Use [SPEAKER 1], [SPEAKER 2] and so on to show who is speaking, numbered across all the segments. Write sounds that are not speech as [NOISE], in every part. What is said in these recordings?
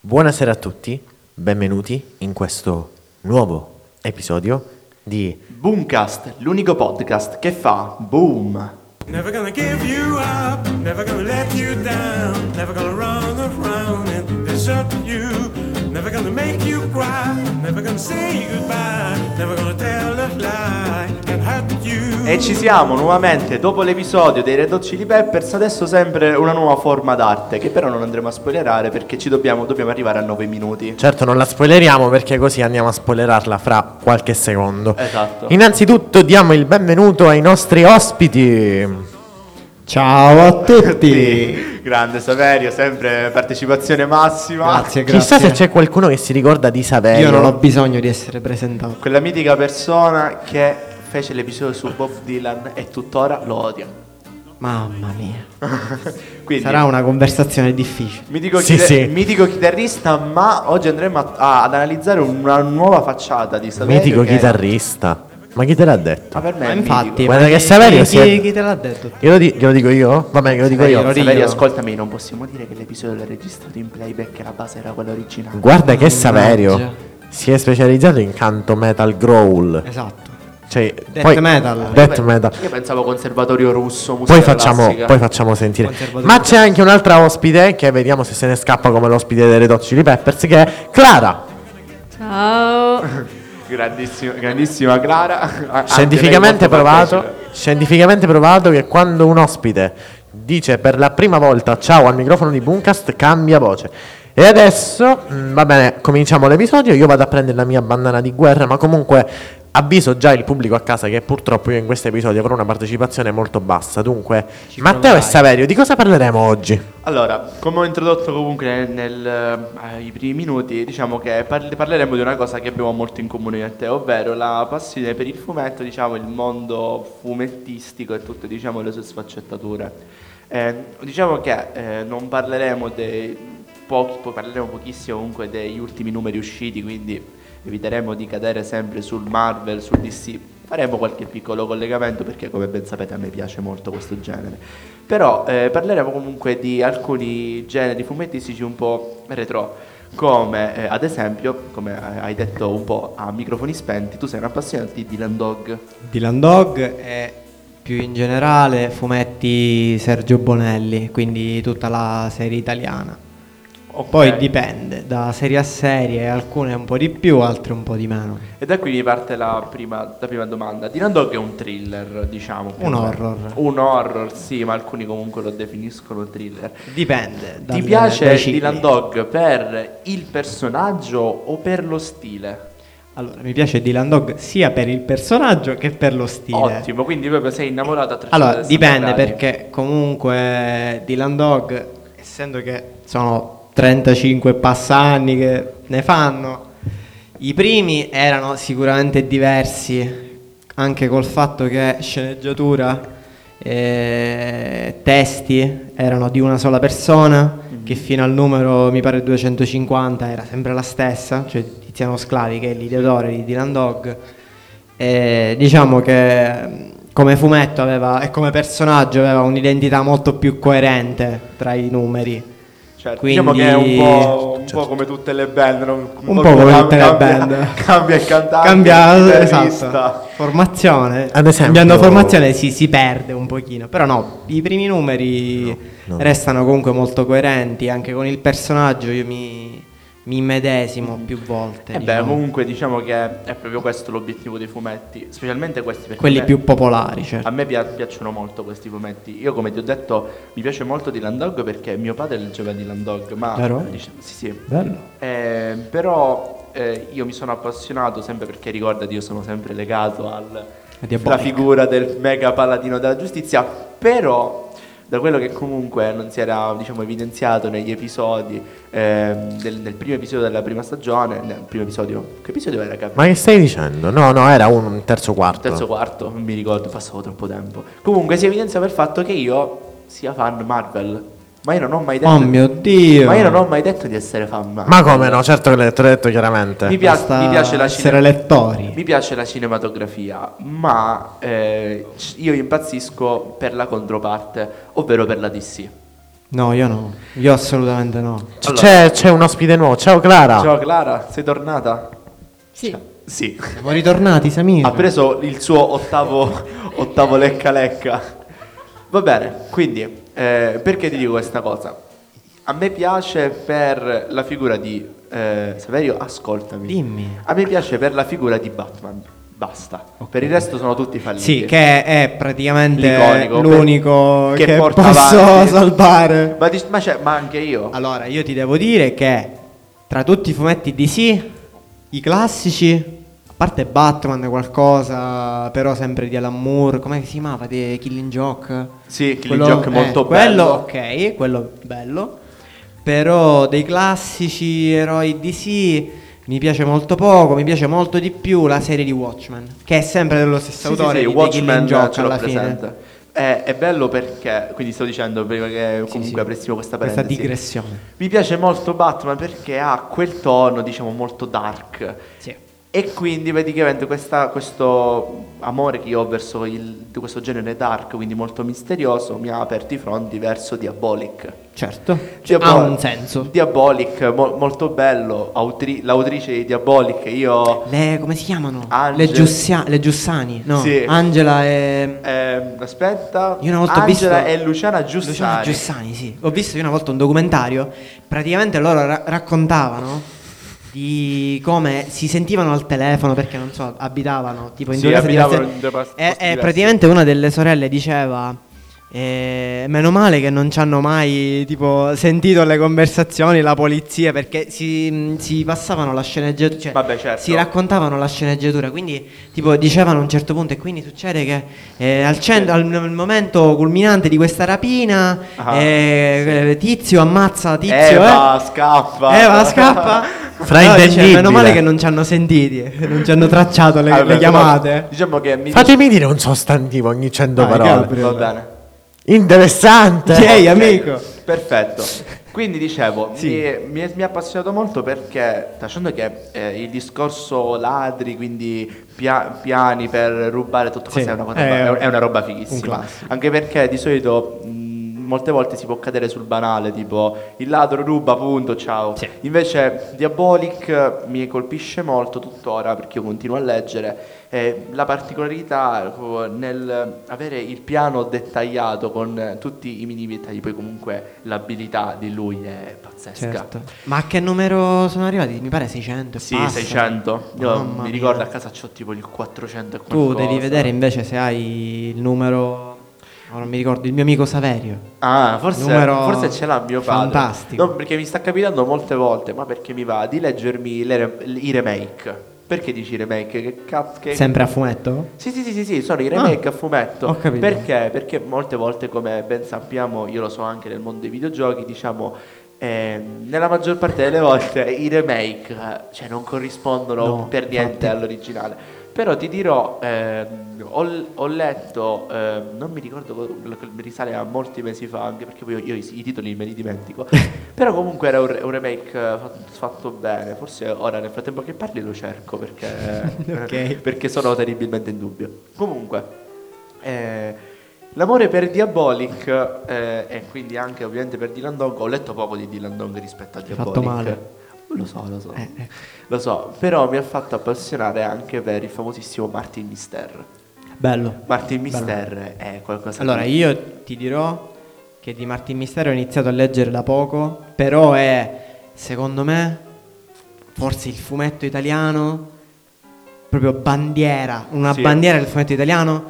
[SPEAKER 1] Buonasera a tutti, benvenuti in questo nuovo episodio di
[SPEAKER 2] Boomcast, l'unico podcast che fa boom.
[SPEAKER 3] Never gonna give you up, never gonna let you down, never gonna run around and desert you. Never gonna make you cry, never gonna say goodbye, never gonna tell a lie and hurt you.
[SPEAKER 2] E ci siamo nuovamente dopo l'episodio dei Red Hot Chili Peppers, adesso sempre una nuova forma d'arte che però non andremo a spoilerare perché ci dobbiamo, dobbiamo arrivare a 9 minuti.
[SPEAKER 1] Certo non la spoileriamo perché così andiamo a spoilerarla fra qualche secondo.
[SPEAKER 2] Esatto.
[SPEAKER 1] Innanzitutto diamo il benvenuto ai nostri ospiti.
[SPEAKER 4] Ciao a tutti!
[SPEAKER 2] Grande Saverio, sempre partecipazione massima.
[SPEAKER 4] Grazie, grazie.
[SPEAKER 1] Chissà se c'è qualcuno che si ricorda di Saverio.
[SPEAKER 4] Io non ho bisogno di essere presentato.
[SPEAKER 2] Quella mitica persona che fece l'episodio su Bob Dylan e tuttora lo odia. [LAUGHS]
[SPEAKER 4] Mamma mia.
[SPEAKER 2] Quindi
[SPEAKER 4] Sarà una conversazione difficile.
[SPEAKER 2] mitico,
[SPEAKER 1] Sì,
[SPEAKER 2] chita-
[SPEAKER 1] sì.
[SPEAKER 2] mitico chitarrista, ma oggi andremo a- a- ad analizzare una nuova facciata di Saverio.
[SPEAKER 1] Mitico
[SPEAKER 2] che-
[SPEAKER 1] chitarrista. Ma chi te l'ha detto?
[SPEAKER 2] Ma per me
[SPEAKER 4] Ma
[SPEAKER 2] è
[SPEAKER 4] infatti,
[SPEAKER 2] mitico.
[SPEAKER 1] Guarda
[SPEAKER 4] ma
[SPEAKER 1] che
[SPEAKER 4] chi-
[SPEAKER 1] Saverio
[SPEAKER 4] chi-
[SPEAKER 1] si è-
[SPEAKER 4] chi, te l'ha detto?
[SPEAKER 1] Glielo, di- glielo dico io? Vabbè, glielo dico io.
[SPEAKER 4] Saverio,
[SPEAKER 2] Saverio,
[SPEAKER 4] Rillo.
[SPEAKER 2] ascoltami, non possiamo dire che l'episodio l'ha registrato in playback e la base era quella originale.
[SPEAKER 1] Guarda che
[SPEAKER 4] Mannaggia.
[SPEAKER 1] Saverio si è specializzato in canto metal growl.
[SPEAKER 4] Esatto.
[SPEAKER 1] Cioè,
[SPEAKER 4] Death
[SPEAKER 1] poi-
[SPEAKER 4] metal.
[SPEAKER 1] Death
[SPEAKER 2] Io pe-
[SPEAKER 1] metal.
[SPEAKER 2] Io pensavo conservatorio russo, musica
[SPEAKER 1] Poi facciamo,
[SPEAKER 2] classica.
[SPEAKER 1] poi facciamo sentire.
[SPEAKER 4] Conservatore.
[SPEAKER 1] Ma c'è anche un'altra ospite che vediamo se se ne scappa come l'ospite delle Red Hot Chili Peppers che è Clara.
[SPEAKER 5] Ciao,
[SPEAKER 2] Grandissima, grandissima Clara. Anche
[SPEAKER 1] Scientificamente
[SPEAKER 2] lei molto
[SPEAKER 1] provato,
[SPEAKER 2] partecipe.
[SPEAKER 1] scientificamente provato che quando un ospite dice per la prima volta ciao al microfono di Boomcast cambia voce. E adesso, mh, va bene, cominciamo l'episodio, io vado a prendere la mia bandana di guerra, ma comunque avviso già il pubblico a casa che purtroppo io in questo episodio avrò una partecipazione molto bassa. Dunque, Matteo e
[SPEAKER 4] proverai.
[SPEAKER 1] Saverio, di cosa parleremo oggi?
[SPEAKER 2] Allora, come ho introdotto comunque nel- ai primi minuti, diciamo che parli- parleremo di una cosa che abbiamo molto in comune con te, ovvero la passione per il fumetto, diciamo il mondo fumettistico e tutte diciamo, le sue sfaccettature. Eh, diciamo che eh, non parleremo dei pochi, poi parleremo pochissimo comunque degli ultimi numeri usciti, quindi eviteremo di cadere sempre sul Marvel, sul DC. Faremo qualche piccolo collegamento perché come ben sapete a me piace molto questo genere. Però eh, parleremo comunque di alcuni generi fumettistici un po' retro. Come eh, ad esempio, come eh, hai detto un po' a microfoni spenti, tu sei un appassionato di Dylan Dog.
[SPEAKER 4] Dylan Dog e più in generale fumetti Sergio Bonelli, quindi tutta la serie italiana. Poi
[SPEAKER 2] Ok.
[SPEAKER 4] dipende, da serie a serie, alcune un po' di più, altre un po' di meno.
[SPEAKER 2] E da qui mi parte la prima, la prima domanda. Dylan Dog è un thriller, diciamo. più
[SPEAKER 4] Un
[SPEAKER 2] o meno.
[SPEAKER 4] horror.
[SPEAKER 2] Un horror, sì, ma alcuni comunque lo definiscono thriller.
[SPEAKER 4] Dipende.
[SPEAKER 2] Ti
[SPEAKER 4] dal-
[SPEAKER 2] piace
[SPEAKER 4] dai cicli.
[SPEAKER 2] Dylan Dog per il personaggio o per lo stile?
[SPEAKER 4] Allora, mi piace Dylan Dog sia per il personaggio che per lo stile.
[SPEAKER 2] Ottimo, quindi proprio sei innamorato a 360
[SPEAKER 4] Allora, dipende
[SPEAKER 2] gradi.
[SPEAKER 4] perché comunque Dylan Dog, essendo che sono 35 passanni che ne fanno, i primi erano sicuramente diversi, anche col fatto che sceneggiatura e testi erano di una sola persona, che fino al numero mi pare 250 era sempre la stessa, cioè Tiziano Sclavi che è l'ideatore di Dylan Dog. E diciamo che mh, come fumetto aveva, e come personaggio aveva un'identità molto più coerente tra i numeri.
[SPEAKER 2] Certo,
[SPEAKER 4] Quindi- Cioè,
[SPEAKER 2] Diciamo
[SPEAKER 4] Certo.
[SPEAKER 2] che è un po', un po' come tutte le band. no? Un,
[SPEAKER 4] Un po' come
[SPEAKER 2] cam-
[SPEAKER 4] tutte le
[SPEAKER 2] cambia-
[SPEAKER 4] band.
[SPEAKER 2] [LAUGHS] Cambia il cantante. il
[SPEAKER 4] Cambia,
[SPEAKER 2] chitarrista.
[SPEAKER 4] esatto. Formazione.
[SPEAKER 1] Ad esempio-
[SPEAKER 4] Cambiando formazione si, si perde un pochino, però no, i primi numeri
[SPEAKER 1] No, no.
[SPEAKER 4] restano comunque molto coerenti, anche con il personaggio io mi, mi medesimo più volte.
[SPEAKER 2] Eh beh,
[SPEAKER 4] diciamo.
[SPEAKER 2] comunque diciamo che è proprio questo l'obiettivo dei fumetti, specialmente questi perché
[SPEAKER 4] Quelli
[SPEAKER 2] a me-
[SPEAKER 4] più popolari, certo.
[SPEAKER 2] a me pia- piacciono molto questi fumetti. Io come ti ho detto, mi piace molto Dylan Dog perché mio padre leggeva Dylan Dog, ma
[SPEAKER 4] Vero?
[SPEAKER 2] dice- sì, sì.
[SPEAKER 4] Bello.
[SPEAKER 2] Eh, però eh, io mi sono appassionato sempre perché ricordati io sono sempre legato al
[SPEAKER 4] È
[SPEAKER 2] la
[SPEAKER 4] diabolico.
[SPEAKER 2] figura del mega paladino della giustizia, però da quello che comunque non si era diciamo, evidenziato negli episodi ehm, del, del primo episodio della prima stagione, nel primo episodio, che episodio era? Cap-
[SPEAKER 1] Ma che stai dicendo? No, no, era un terzo quarto.
[SPEAKER 2] Terzo quarto, non mi ricordo, passavo troppo tempo. Comunque si evidenzia per il fatto che io sia fan Marvel, ma io non ho mai detto,
[SPEAKER 4] Oh mio Dio.
[SPEAKER 2] ma io non ho mai detto di essere fan Marvel.
[SPEAKER 1] Ma come no? Certo che l'ho detto, l'ho detto chiaramente.
[SPEAKER 2] Mi piace,
[SPEAKER 4] Basta
[SPEAKER 2] mi piace la
[SPEAKER 4] essere lettori.
[SPEAKER 2] Mi piace la cinematografia, ma eh, c- io impazzisco per la controparte, ovvero per la DC.
[SPEAKER 4] No, io no. Io assolutamente no.
[SPEAKER 1] C- c'è, c'è un ospite nuovo. Ciao Clara.
[SPEAKER 2] Ciao Clara, sei tornata? Cioè,
[SPEAKER 5] Sì.
[SPEAKER 2] Sì.
[SPEAKER 4] Siamo ritornati, Samir.
[SPEAKER 2] Ha preso il suo
[SPEAKER 4] [LAUGHS]
[SPEAKER 2] ottavo, ottavo lecca lecca. Va bene, quindi eh, perché ti dico questa cosa? A me piace per la figura di eh, Saverio, ascoltami.
[SPEAKER 4] Dimmi.
[SPEAKER 2] A me piace per la figura di Batman. Basta. Per il resto sono tutti falliti.
[SPEAKER 4] Sì, che è praticamente
[SPEAKER 2] L'iconico,
[SPEAKER 4] l'unico
[SPEAKER 2] che
[SPEAKER 4] che,
[SPEAKER 2] porta
[SPEAKER 4] posso
[SPEAKER 2] avanti.
[SPEAKER 4] salvare.
[SPEAKER 2] Ma, dis- ma c'è- ma anche io.
[SPEAKER 4] Allora, io ti devo dire che tra tutti i fumetti DC, i classici, a parte Batman qualcosa, però sempre di Alan Moore, come si chiamava? The Killing Joke?
[SPEAKER 2] Sì, Killing Joke è molto
[SPEAKER 4] quello,
[SPEAKER 2] bello.
[SPEAKER 4] ok, quello bello. Però dei classici eroi DC mi piace molto poco, mi piace molto di più la serie di Watchmen, che è sempre dello stesso
[SPEAKER 2] Sì, sì,
[SPEAKER 4] autore
[SPEAKER 2] sì,
[SPEAKER 4] di The
[SPEAKER 2] Watchmen
[SPEAKER 4] Killing Joke
[SPEAKER 2] ce l'ho
[SPEAKER 4] alla fine.
[SPEAKER 2] presente. È, è bello perché, quindi sto dicendo prima che comunque
[SPEAKER 4] sì.
[SPEAKER 2] aprissimo questa
[SPEAKER 4] Questa
[SPEAKER 2] parentesi.
[SPEAKER 4] digressione.
[SPEAKER 2] Mi piace molto Batman perché ha quel tono, diciamo, molto dark.
[SPEAKER 4] Sì.
[SPEAKER 2] E quindi praticamente questa- questo amore che io ho verso il- di questo genere dark, quindi molto misterioso, mi ha aperto i fronti verso Diabolic.
[SPEAKER 4] Certo,
[SPEAKER 2] Diabol-
[SPEAKER 4] ha un senso.
[SPEAKER 2] Diabolic, mo- molto bello, autri- l'autrice di Diabolic, io...
[SPEAKER 4] Le, come si chiamano?
[SPEAKER 2] Angel-
[SPEAKER 4] Le, Giussia- le Giussani. No,
[SPEAKER 2] Sì.
[SPEAKER 4] Angela e...
[SPEAKER 2] ehm, aspetta,
[SPEAKER 4] Io una volta ho
[SPEAKER 2] Angela
[SPEAKER 4] visto-
[SPEAKER 2] e Luciana Giussani.
[SPEAKER 4] Luciana Giussani, sì. Ho visto io una volta un documentario, praticamente loro ra- raccontavano di come si sentivano al telefono perché non so, abitavano tipo in
[SPEAKER 2] Sì,
[SPEAKER 4] due case
[SPEAKER 2] abitavano
[SPEAKER 4] diverse.
[SPEAKER 2] in due pas-
[SPEAKER 4] E-
[SPEAKER 2] posti
[SPEAKER 4] e
[SPEAKER 2] diversi.
[SPEAKER 4] praticamente una delle sorelle diceva eh, meno male che non ci hanno mai tipo sentito le conversazioni la polizia perché si, mh, si passavano la sceneggiatura cioè,
[SPEAKER 2] Vabbè, certo.
[SPEAKER 4] si raccontavano la sceneggiatura quindi tipo dicevano a un certo punto e quindi succede che eh, al, centro, al, al momento culminante di questa rapina
[SPEAKER 2] Ah,
[SPEAKER 4] eh, tizio ammazza tizio
[SPEAKER 2] Eva,
[SPEAKER 4] eh.
[SPEAKER 2] scappa. [LAUGHS]
[SPEAKER 4] Eva scappa
[SPEAKER 1] Fraintendibile.
[SPEAKER 4] Però dice, meno male che non ci hanno sentiti [LAUGHS] non ci hanno tracciato le,
[SPEAKER 2] Ah,
[SPEAKER 4] le
[SPEAKER 2] beh,
[SPEAKER 4] chiamate
[SPEAKER 2] però Diciamo che mi
[SPEAKER 1] Fatemi dire un sostantivo ogni cento
[SPEAKER 4] Vai,
[SPEAKER 1] parole.
[SPEAKER 4] Gabri.
[SPEAKER 2] Va bene.
[SPEAKER 1] Interessante.
[SPEAKER 4] Yay, amico.
[SPEAKER 2] Perfetto. Quindi dicevo,
[SPEAKER 4] Sì.
[SPEAKER 2] mi, mi è, mi è appassionato molto perché, lasciando che eh, il discorso ladri, quindi pia- piani per rubare tutto
[SPEAKER 4] Sì, Eh,
[SPEAKER 2] questo è, una cosa-
[SPEAKER 4] è-
[SPEAKER 2] è un- è una roba
[SPEAKER 4] un
[SPEAKER 2] fighissima.
[SPEAKER 4] classico.
[SPEAKER 2] Anche perché di solito mh, molte volte si può cadere sul banale, tipo il ladro ruba, punto, ciao.
[SPEAKER 4] Sì.
[SPEAKER 2] Invece Diabolic eh, mi colpisce molto tuttora perché io continuo a leggere. eh, la particolarità eh, nel avere il piano dettagliato con eh, tutti i minimi dettagli, poi comunque l'abilità di lui è pazzesca.
[SPEAKER 4] Certo. Ma a che numero sono arrivati? Mi pare 600. e
[SPEAKER 2] Sì,
[SPEAKER 4] passa.
[SPEAKER 2] 600. Io
[SPEAKER 4] Mamma
[SPEAKER 2] mi
[SPEAKER 4] mia.
[SPEAKER 2] ricordo a casa c'ho tipo il 400 e
[SPEAKER 4] Tu
[SPEAKER 2] qualcosa.
[SPEAKER 4] devi vedere invece se hai il numero. Ora non mi ricordo, il mio amico Saverio.
[SPEAKER 2] Ah, forse,
[SPEAKER 4] Numero
[SPEAKER 2] forse ce l'ha mio padre.
[SPEAKER 4] fantastico.
[SPEAKER 2] No, perché mi sta capitando molte volte, ma perché mi va di leggermi le re- i remake. Perché dici remake? Che cazzo che...
[SPEAKER 4] Sempre a fumetto?
[SPEAKER 2] Sì, sì, sì, sì, sì, sono i remake a fumetto.
[SPEAKER 4] ho capito.
[SPEAKER 2] Perché? Perché molte volte, come ben sappiamo, io lo so anche nel mondo dei videogiochi, diciamo, eh, nella maggior parte delle volte i remake eh, cioè, non corrispondono
[SPEAKER 4] No,
[SPEAKER 2] per niente all'originale. Però ti dirò, ehm, ho, ho letto, ehm, non mi ricordo, co- mi risale a molti mesi fa, anche perché poi io, io i, i titoli me li
[SPEAKER 4] [LAUGHS]
[SPEAKER 2] dimentico. Però comunque era un, re- un remake eh, fatto, fatto bene. Forse ora nel frattempo che parli lo cerco perché
[SPEAKER 4] [LAUGHS] Ok.
[SPEAKER 2] [LAUGHS] perché sono terribilmente in dubbio. Comunque, eh, l'amore per Diabolic eh, e quindi anche ovviamente per Dylan Dog, ho letto poco di Dylan Dog rispetto a
[SPEAKER 4] Ti ha fatto
[SPEAKER 2] Diabolic.
[SPEAKER 4] male.
[SPEAKER 2] Lo so, lo so.
[SPEAKER 4] Eh, eh.
[SPEAKER 2] Lo so, però mi ha fatto appassionare anche per il famosissimo Martin Mister.
[SPEAKER 4] Bello.
[SPEAKER 2] Martin Mister è qualcosa
[SPEAKER 4] Allora,
[SPEAKER 2] di...
[SPEAKER 4] io ti dirò che di Martin Mistero ho iniziato a leggere da poco, però è, secondo me, forse il fumetto italiano, proprio bandiera, una
[SPEAKER 2] Sì.
[SPEAKER 4] bandiera del fumetto italiano,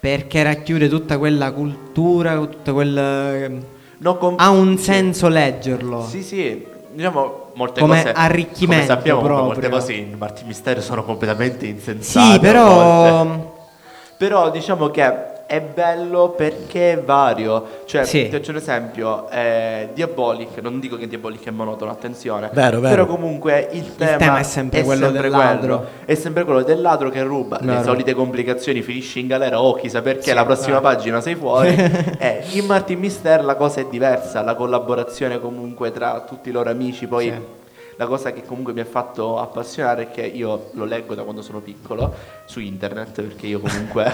[SPEAKER 4] perché racchiude tutta quella cultura, tutta quel...
[SPEAKER 2] No, com-
[SPEAKER 4] Ha un senso leggerlo.
[SPEAKER 2] Sì, sì, diciamo molte
[SPEAKER 4] Come
[SPEAKER 2] cose...
[SPEAKER 4] arricchimento
[SPEAKER 2] Come sappiamo, molte
[SPEAKER 4] proprio.
[SPEAKER 2] cose in Martin Mister sono completamente insensate.
[SPEAKER 4] Sì,
[SPEAKER 2] a
[SPEAKER 4] però...
[SPEAKER 2] volte. Però diciamo che è bello perché è vario. Cioè,
[SPEAKER 4] Sì.
[SPEAKER 2] ti faccio un esempio, eh, Diabolic, non dico che Diabolic è monotono, attenzione.
[SPEAKER 1] Vero, vero.
[SPEAKER 2] Però comunque il tema,
[SPEAKER 4] tema è sempre quello del ladro.
[SPEAKER 2] quello. È sempre quello del ladro che ruba. Le
[SPEAKER 4] Vero.
[SPEAKER 2] solite complicazioni, finisci in galera o chissà perché la prossima
[SPEAKER 4] Ah.
[SPEAKER 2] pagina sei
[SPEAKER 4] [LAUGHS]
[SPEAKER 2] fuori. eh, in Martin Mister la cosa è diversa, la collaborazione comunque tra tutti i loro amici, poi...
[SPEAKER 4] Sì.
[SPEAKER 2] la cosa che comunque mi ha fatto appassionare è che io lo leggo da quando sono piccolo su internet, perché io comunque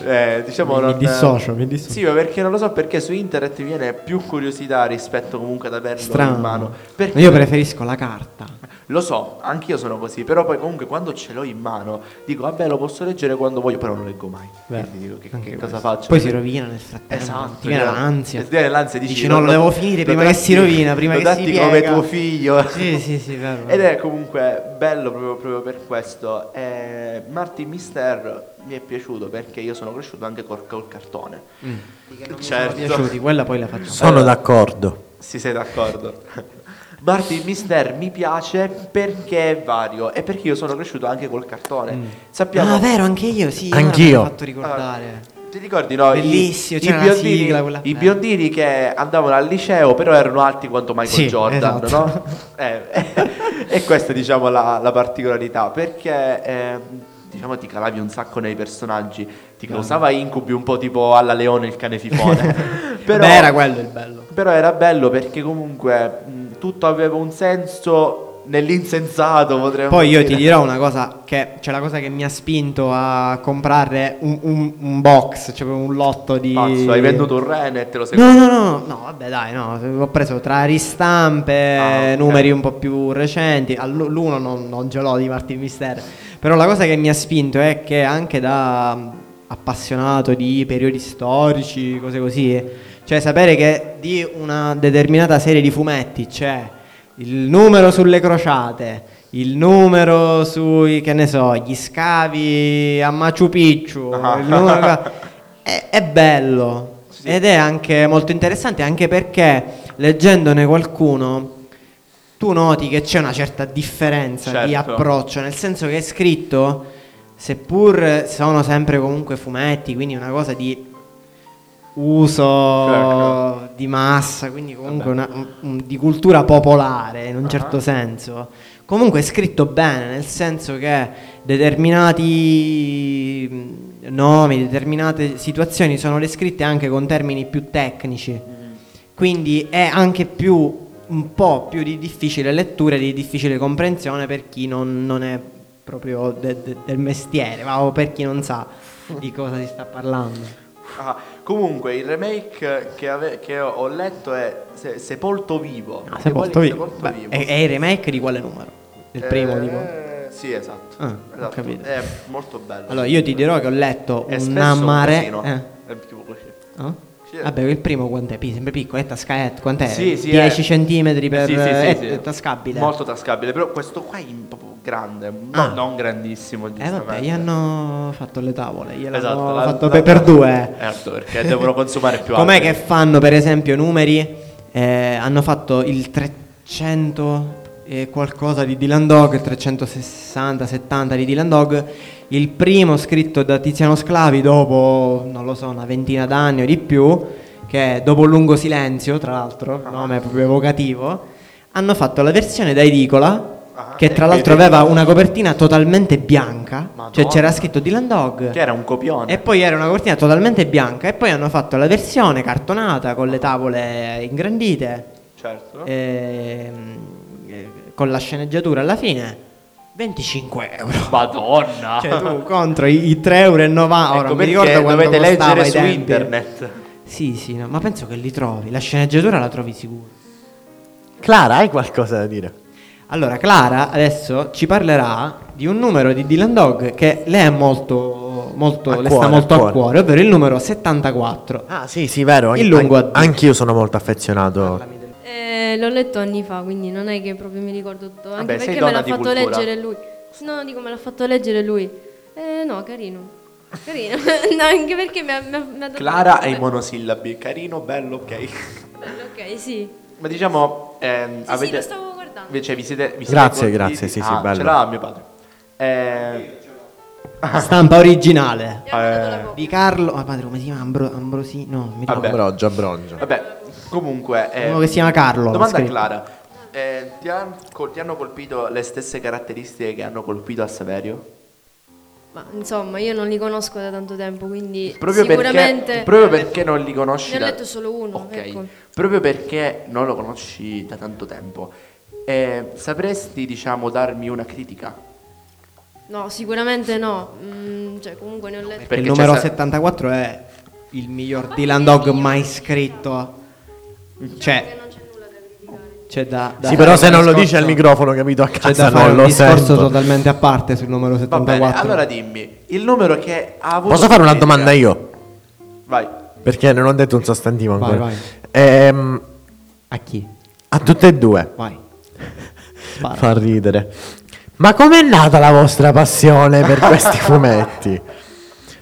[SPEAKER 2] [LAUGHS] eh, diciamo
[SPEAKER 4] Mi- mi
[SPEAKER 2] non
[SPEAKER 4] dissocio, mi dissocio.
[SPEAKER 2] Sì, ma perché non lo so perché su internet mi viene più curiosità rispetto comunque ad averlo in mano.
[SPEAKER 4] Strano.
[SPEAKER 2] Perché
[SPEAKER 4] Io preferisco la carta.
[SPEAKER 2] lo so, anch'io sono così, però poi comunque quando ce l'ho in mano dico vabbè lo posso leggere quando voglio, però non leggo mai.
[SPEAKER 4] Beh,
[SPEAKER 2] Quindi dico che,
[SPEAKER 4] anche
[SPEAKER 2] che cosa
[SPEAKER 4] questo.
[SPEAKER 2] faccio?
[SPEAKER 4] Poi si rovina nel frattempo.
[SPEAKER 2] Esatto,
[SPEAKER 4] Ti viene
[SPEAKER 2] cioè,
[SPEAKER 4] l'ansia.
[SPEAKER 2] ti viene l'ansia, dici,
[SPEAKER 4] no,
[SPEAKER 2] lo-
[SPEAKER 4] lo devo finire
[SPEAKER 2] lo
[SPEAKER 4] prima che
[SPEAKER 2] tratti-
[SPEAKER 4] si rovina, prima
[SPEAKER 2] lo
[SPEAKER 4] che si
[SPEAKER 2] tratti come
[SPEAKER 4] piega.
[SPEAKER 2] tuo figlio.
[SPEAKER 4] Sì, sì, sì, vero.
[SPEAKER 2] Ed è comunque bello proprio, proprio per questo. E Martin Mister mi è piaciuto perché io sono cresciuto anche col, col cartone.
[SPEAKER 4] Mm. Mi
[SPEAKER 2] certo. [LAUGHS]
[SPEAKER 4] sono piaciuti, quella poi la facciamo.
[SPEAKER 1] Sono d'accordo.
[SPEAKER 2] Si sei d'accordo? [LAUGHS] Martin Mister mi piace perché è vario e perché io sono cresciuto anche col cartone. Sappiamo
[SPEAKER 4] Ah, vero, anche io, sì. ora
[SPEAKER 1] Anch'io.
[SPEAKER 4] Mi ha fatto ricordare.
[SPEAKER 2] Allora, ti ricordi, no? i-
[SPEAKER 4] Bellissimo,
[SPEAKER 2] i,
[SPEAKER 4] c'era la
[SPEAKER 2] biondini,
[SPEAKER 4] sigla, quella-
[SPEAKER 2] i biondini che andavano al liceo, però erano alti quanto Michael
[SPEAKER 4] Sì,
[SPEAKER 2] Jordan,
[SPEAKER 4] esatto.
[SPEAKER 2] no? Eh, [LAUGHS] e questa è, diciamo, la, la particolarità, perché... ehm, Diciamo ti calavi un sacco nei personaggi, ti causava incubi un po' tipo alla leone il cane
[SPEAKER 4] [LAUGHS]
[SPEAKER 2] fifone. [LAUGHS] però,
[SPEAKER 4] Beh, era quello il bello.
[SPEAKER 2] però era bello perché comunque mh, tutto aveva un senso nell'insensato, potremmo
[SPEAKER 4] Poi io ti
[SPEAKER 2] dire.
[SPEAKER 4] dirò una cosa che c'è la cosa che mi ha spinto a comprare un, un- un box, cioè un lotto di
[SPEAKER 2] Pazzo, hai venduto un rene e te lo sei
[SPEAKER 4] No, no, no, no, vabbè, dai, no, ho preso tra ristampe,
[SPEAKER 2] Ah, ok.
[SPEAKER 4] numeri un po' più recenti, Allo- l'uno non, non ce l'ho di Martin Mister, però la cosa che mi ha spinto è che anche da mh, appassionato di periodi storici, cose così, cioè sapere che di una determinata serie di fumetti c'è il numero sulle crociate, il numero sui, che ne so, gli scavi a Machu Picchu,
[SPEAKER 2] Ah.
[SPEAKER 4] il numero... È, è bello
[SPEAKER 2] Sì.
[SPEAKER 4] ed è anche molto interessante anche perché leggendone qualcuno tu noti che c'è una certa differenza di
[SPEAKER 2] Certo.
[SPEAKER 4] approccio, nel senso che è scritto, seppur sono sempre comunque fumetti, quindi una cosa di uso
[SPEAKER 2] Certo.
[SPEAKER 4] di massa, quindi comunque una- un- un- di cultura popolare in un certo senso. Comunque è scritto bene, nel senso che determinati mh, nomi, determinate situazioni sono descritte anche con termini più tecnici. Quindi è anche più un po' più di difficile lettura e di difficile comprensione per chi non, non è proprio de- de- del mestiere, ma o per chi non sa di cosa si sta parlando.
[SPEAKER 2] Ah, comunque il remake che, ave- che ho ho letto è Se- Sepolto Vivo.
[SPEAKER 4] Ah,
[SPEAKER 2] Se-
[SPEAKER 4] Sepolto Vivo.
[SPEAKER 2] Sepolto
[SPEAKER 4] Beh,
[SPEAKER 2] Vivo.
[SPEAKER 4] È, è il remake di quale numero? Del primo,
[SPEAKER 2] Eh,
[SPEAKER 4] tipo.
[SPEAKER 2] Sì, esatto.
[SPEAKER 4] Ah, ho
[SPEAKER 2] Esatto.
[SPEAKER 4] capito.
[SPEAKER 2] È molto bello.
[SPEAKER 4] Allora, io ti dirò che ho letto
[SPEAKER 2] È
[SPEAKER 4] un
[SPEAKER 2] spesso
[SPEAKER 4] amare...
[SPEAKER 2] un casino. È tipo così.
[SPEAKER 4] eh? No?
[SPEAKER 2] Sì.
[SPEAKER 4] Vabbè, il primo quant'è? Pi- Sempre piccolo, è tascabile, quant'è?
[SPEAKER 2] Sì, sì,
[SPEAKER 4] 10
[SPEAKER 2] è-
[SPEAKER 4] Eh, centimetri per...
[SPEAKER 2] Sì, sì, sì,
[SPEAKER 4] è,
[SPEAKER 2] sì.
[SPEAKER 4] è tascabile.
[SPEAKER 2] Molto tascabile, però questo qua è in- proprio grande, no-
[SPEAKER 4] Ah.
[SPEAKER 2] non grandissimo.
[SPEAKER 4] Eh vabbè,
[SPEAKER 2] giustamente.
[SPEAKER 4] gli hanno fatto le tavole, gliel'hanno
[SPEAKER 2] Esatto, la-
[SPEAKER 4] fatto
[SPEAKER 2] la-
[SPEAKER 4] pe- per due.
[SPEAKER 2] Certo, perché devono consumare più
[SPEAKER 4] Com'è
[SPEAKER 2] alberi.
[SPEAKER 4] che fanno per esempio numeri? Eh, hanno fatto il 300 e qualcosa di Dylan Dog, il 360, 70 di Dylan Dog, il primo scritto da Tiziano Sclavi dopo, non lo so, una ventina d'anni o di più, che è dopo un lungo silenzio, tra l'altro,
[SPEAKER 2] Ah.
[SPEAKER 4] nome proprio evocativo, hanno fatto la versione da edicola.
[SPEAKER 2] Ah,
[SPEAKER 4] Che tra
[SPEAKER 2] e
[SPEAKER 4] l'altro
[SPEAKER 2] vedi.
[SPEAKER 4] aveva una copertina totalmente bianca, cioè
[SPEAKER 2] Madonna.
[SPEAKER 4] c'era scritto Dylan Dog.
[SPEAKER 2] Che era un copione.
[SPEAKER 4] E poi era una cortina totalmente bianca e poi hanno fatto la versione cartonata con le tavole ingrandite
[SPEAKER 2] Certo.
[SPEAKER 4] Eh. ehm, eh, con la sceneggiatura alla fine 25 euro.
[SPEAKER 2] Madonna.
[SPEAKER 4] [LAUGHS] Cioè tu contro i, i 3,90 euro. Ora,
[SPEAKER 2] ecco
[SPEAKER 4] non mi
[SPEAKER 2] perché
[SPEAKER 4] ricordo quanto
[SPEAKER 2] dovete
[SPEAKER 4] costava
[SPEAKER 2] leggere
[SPEAKER 4] ai
[SPEAKER 2] su
[SPEAKER 4] tempi.
[SPEAKER 2] internet.
[SPEAKER 4] Sì, sì, no, ma penso che li trovi. La sceneggiatura la trovi sicuro.
[SPEAKER 1] Clara, hai qualcosa da dire?
[SPEAKER 4] Allora, Clara adesso ci parlerà di un numero di Dylan Dog che le è molto, molto,
[SPEAKER 1] A
[SPEAKER 4] le
[SPEAKER 1] cuore,
[SPEAKER 4] sta
[SPEAKER 1] a
[SPEAKER 4] molto
[SPEAKER 1] cuore.
[SPEAKER 4] a cuore, ovvero il numero 74.
[SPEAKER 1] Ah, sì, sì, vero.
[SPEAKER 4] Il lungo addio.
[SPEAKER 1] anch'io sono molto affezionato.
[SPEAKER 5] Eh, l'ho letto anni fa, quindi non è che proprio mi ricordo tutto. Anche
[SPEAKER 2] Vabbè, sei
[SPEAKER 5] perché me
[SPEAKER 2] donna
[SPEAKER 5] l'ha
[SPEAKER 2] di
[SPEAKER 5] fatto
[SPEAKER 2] cultura.
[SPEAKER 5] leggere lui. No, dico, me l'ha fatto leggere lui. Eh, no, carino. Carino. [LAUGHS] no, anche perché mi ha, mi ha- mi ha dato-
[SPEAKER 2] Clara e i monosillabi. Carino, bello, ok.
[SPEAKER 5] Bello, Ok, sì.
[SPEAKER 2] Ma diciamo, ehm,
[SPEAKER 5] Sì, sì,
[SPEAKER 2] avete...
[SPEAKER 5] lo stavo guardando.
[SPEAKER 2] Invece vi siete... vi siete
[SPEAKER 1] Grazie,
[SPEAKER 2] condivisi-
[SPEAKER 1] grazie, sì, sì,
[SPEAKER 2] Ah,
[SPEAKER 1] bello.
[SPEAKER 2] Ce l'ha mio padre. Eh,
[SPEAKER 1] Ah.
[SPEAKER 4] Stampa originale.
[SPEAKER 5] Mi hanno dato la
[SPEAKER 2] Eh,
[SPEAKER 5] copia.
[SPEAKER 4] Di Carlo, ah padre, come si chiama? Ambro, Ambrosino? Mi
[SPEAKER 2] Vabbè.
[SPEAKER 4] ricordo.
[SPEAKER 1] Abrogio, abrogio.
[SPEAKER 2] vabbè, comunque... eh,
[SPEAKER 4] Uno che si chiama Carlo. l'ha
[SPEAKER 2] Domanda a
[SPEAKER 4] scritto.
[SPEAKER 2] Clara. Eh, ti, han- col- ti hanno colpito le stesse caratteristiche che hanno colpito a Saverio?
[SPEAKER 5] Ma insomma, io non li conosco da tanto tempo, quindi
[SPEAKER 2] Proprio
[SPEAKER 5] sicuramente...
[SPEAKER 2] perché, proprio perché non li conosci
[SPEAKER 5] Ne ho
[SPEAKER 2] da-
[SPEAKER 5] letto solo uno,
[SPEAKER 2] Ok.
[SPEAKER 5] ecco.
[SPEAKER 2] Proprio perché non lo conosci da tanto tempo Eh, sapresti, diciamo, darmi una critica?
[SPEAKER 5] No, sicuramente no. Mm, cioè, comunque ne ho letto.
[SPEAKER 2] Perché
[SPEAKER 4] il numero
[SPEAKER 2] c'è sta-
[SPEAKER 4] 74 è il miglior Dylan Dog mai scritto. Cioè,
[SPEAKER 5] Non c'è nulla da criticare.
[SPEAKER 4] c'è da, da
[SPEAKER 1] sì, però
[SPEAKER 4] fare
[SPEAKER 1] se
[SPEAKER 4] un
[SPEAKER 1] non lo
[SPEAKER 4] discorso-
[SPEAKER 1] dice al microfono, capito? A
[SPEAKER 4] C'è
[SPEAKER 1] casa
[SPEAKER 4] da fare
[SPEAKER 1] non
[SPEAKER 4] un
[SPEAKER 1] lo
[SPEAKER 4] discorso
[SPEAKER 1] sento.
[SPEAKER 4] totalmente a parte sul numero
[SPEAKER 2] Va
[SPEAKER 4] 74.
[SPEAKER 2] bene, allora dimmi, il numero che ha avuto...
[SPEAKER 1] Posso fare una
[SPEAKER 2] critica-
[SPEAKER 1] domanda io?
[SPEAKER 2] Vai.
[SPEAKER 1] Perché non ho detto un sostantivo
[SPEAKER 4] Vai,
[SPEAKER 1] ancora.
[SPEAKER 4] vai.
[SPEAKER 1] Ehm,
[SPEAKER 4] A chi?
[SPEAKER 1] a tutte e due. [LAUGHS]
[SPEAKER 4] Vai. Spara.
[SPEAKER 1] Fa ridere. Ma com'è nata la vostra passione per
[SPEAKER 4] [LAUGHS]
[SPEAKER 1] questi fumetti?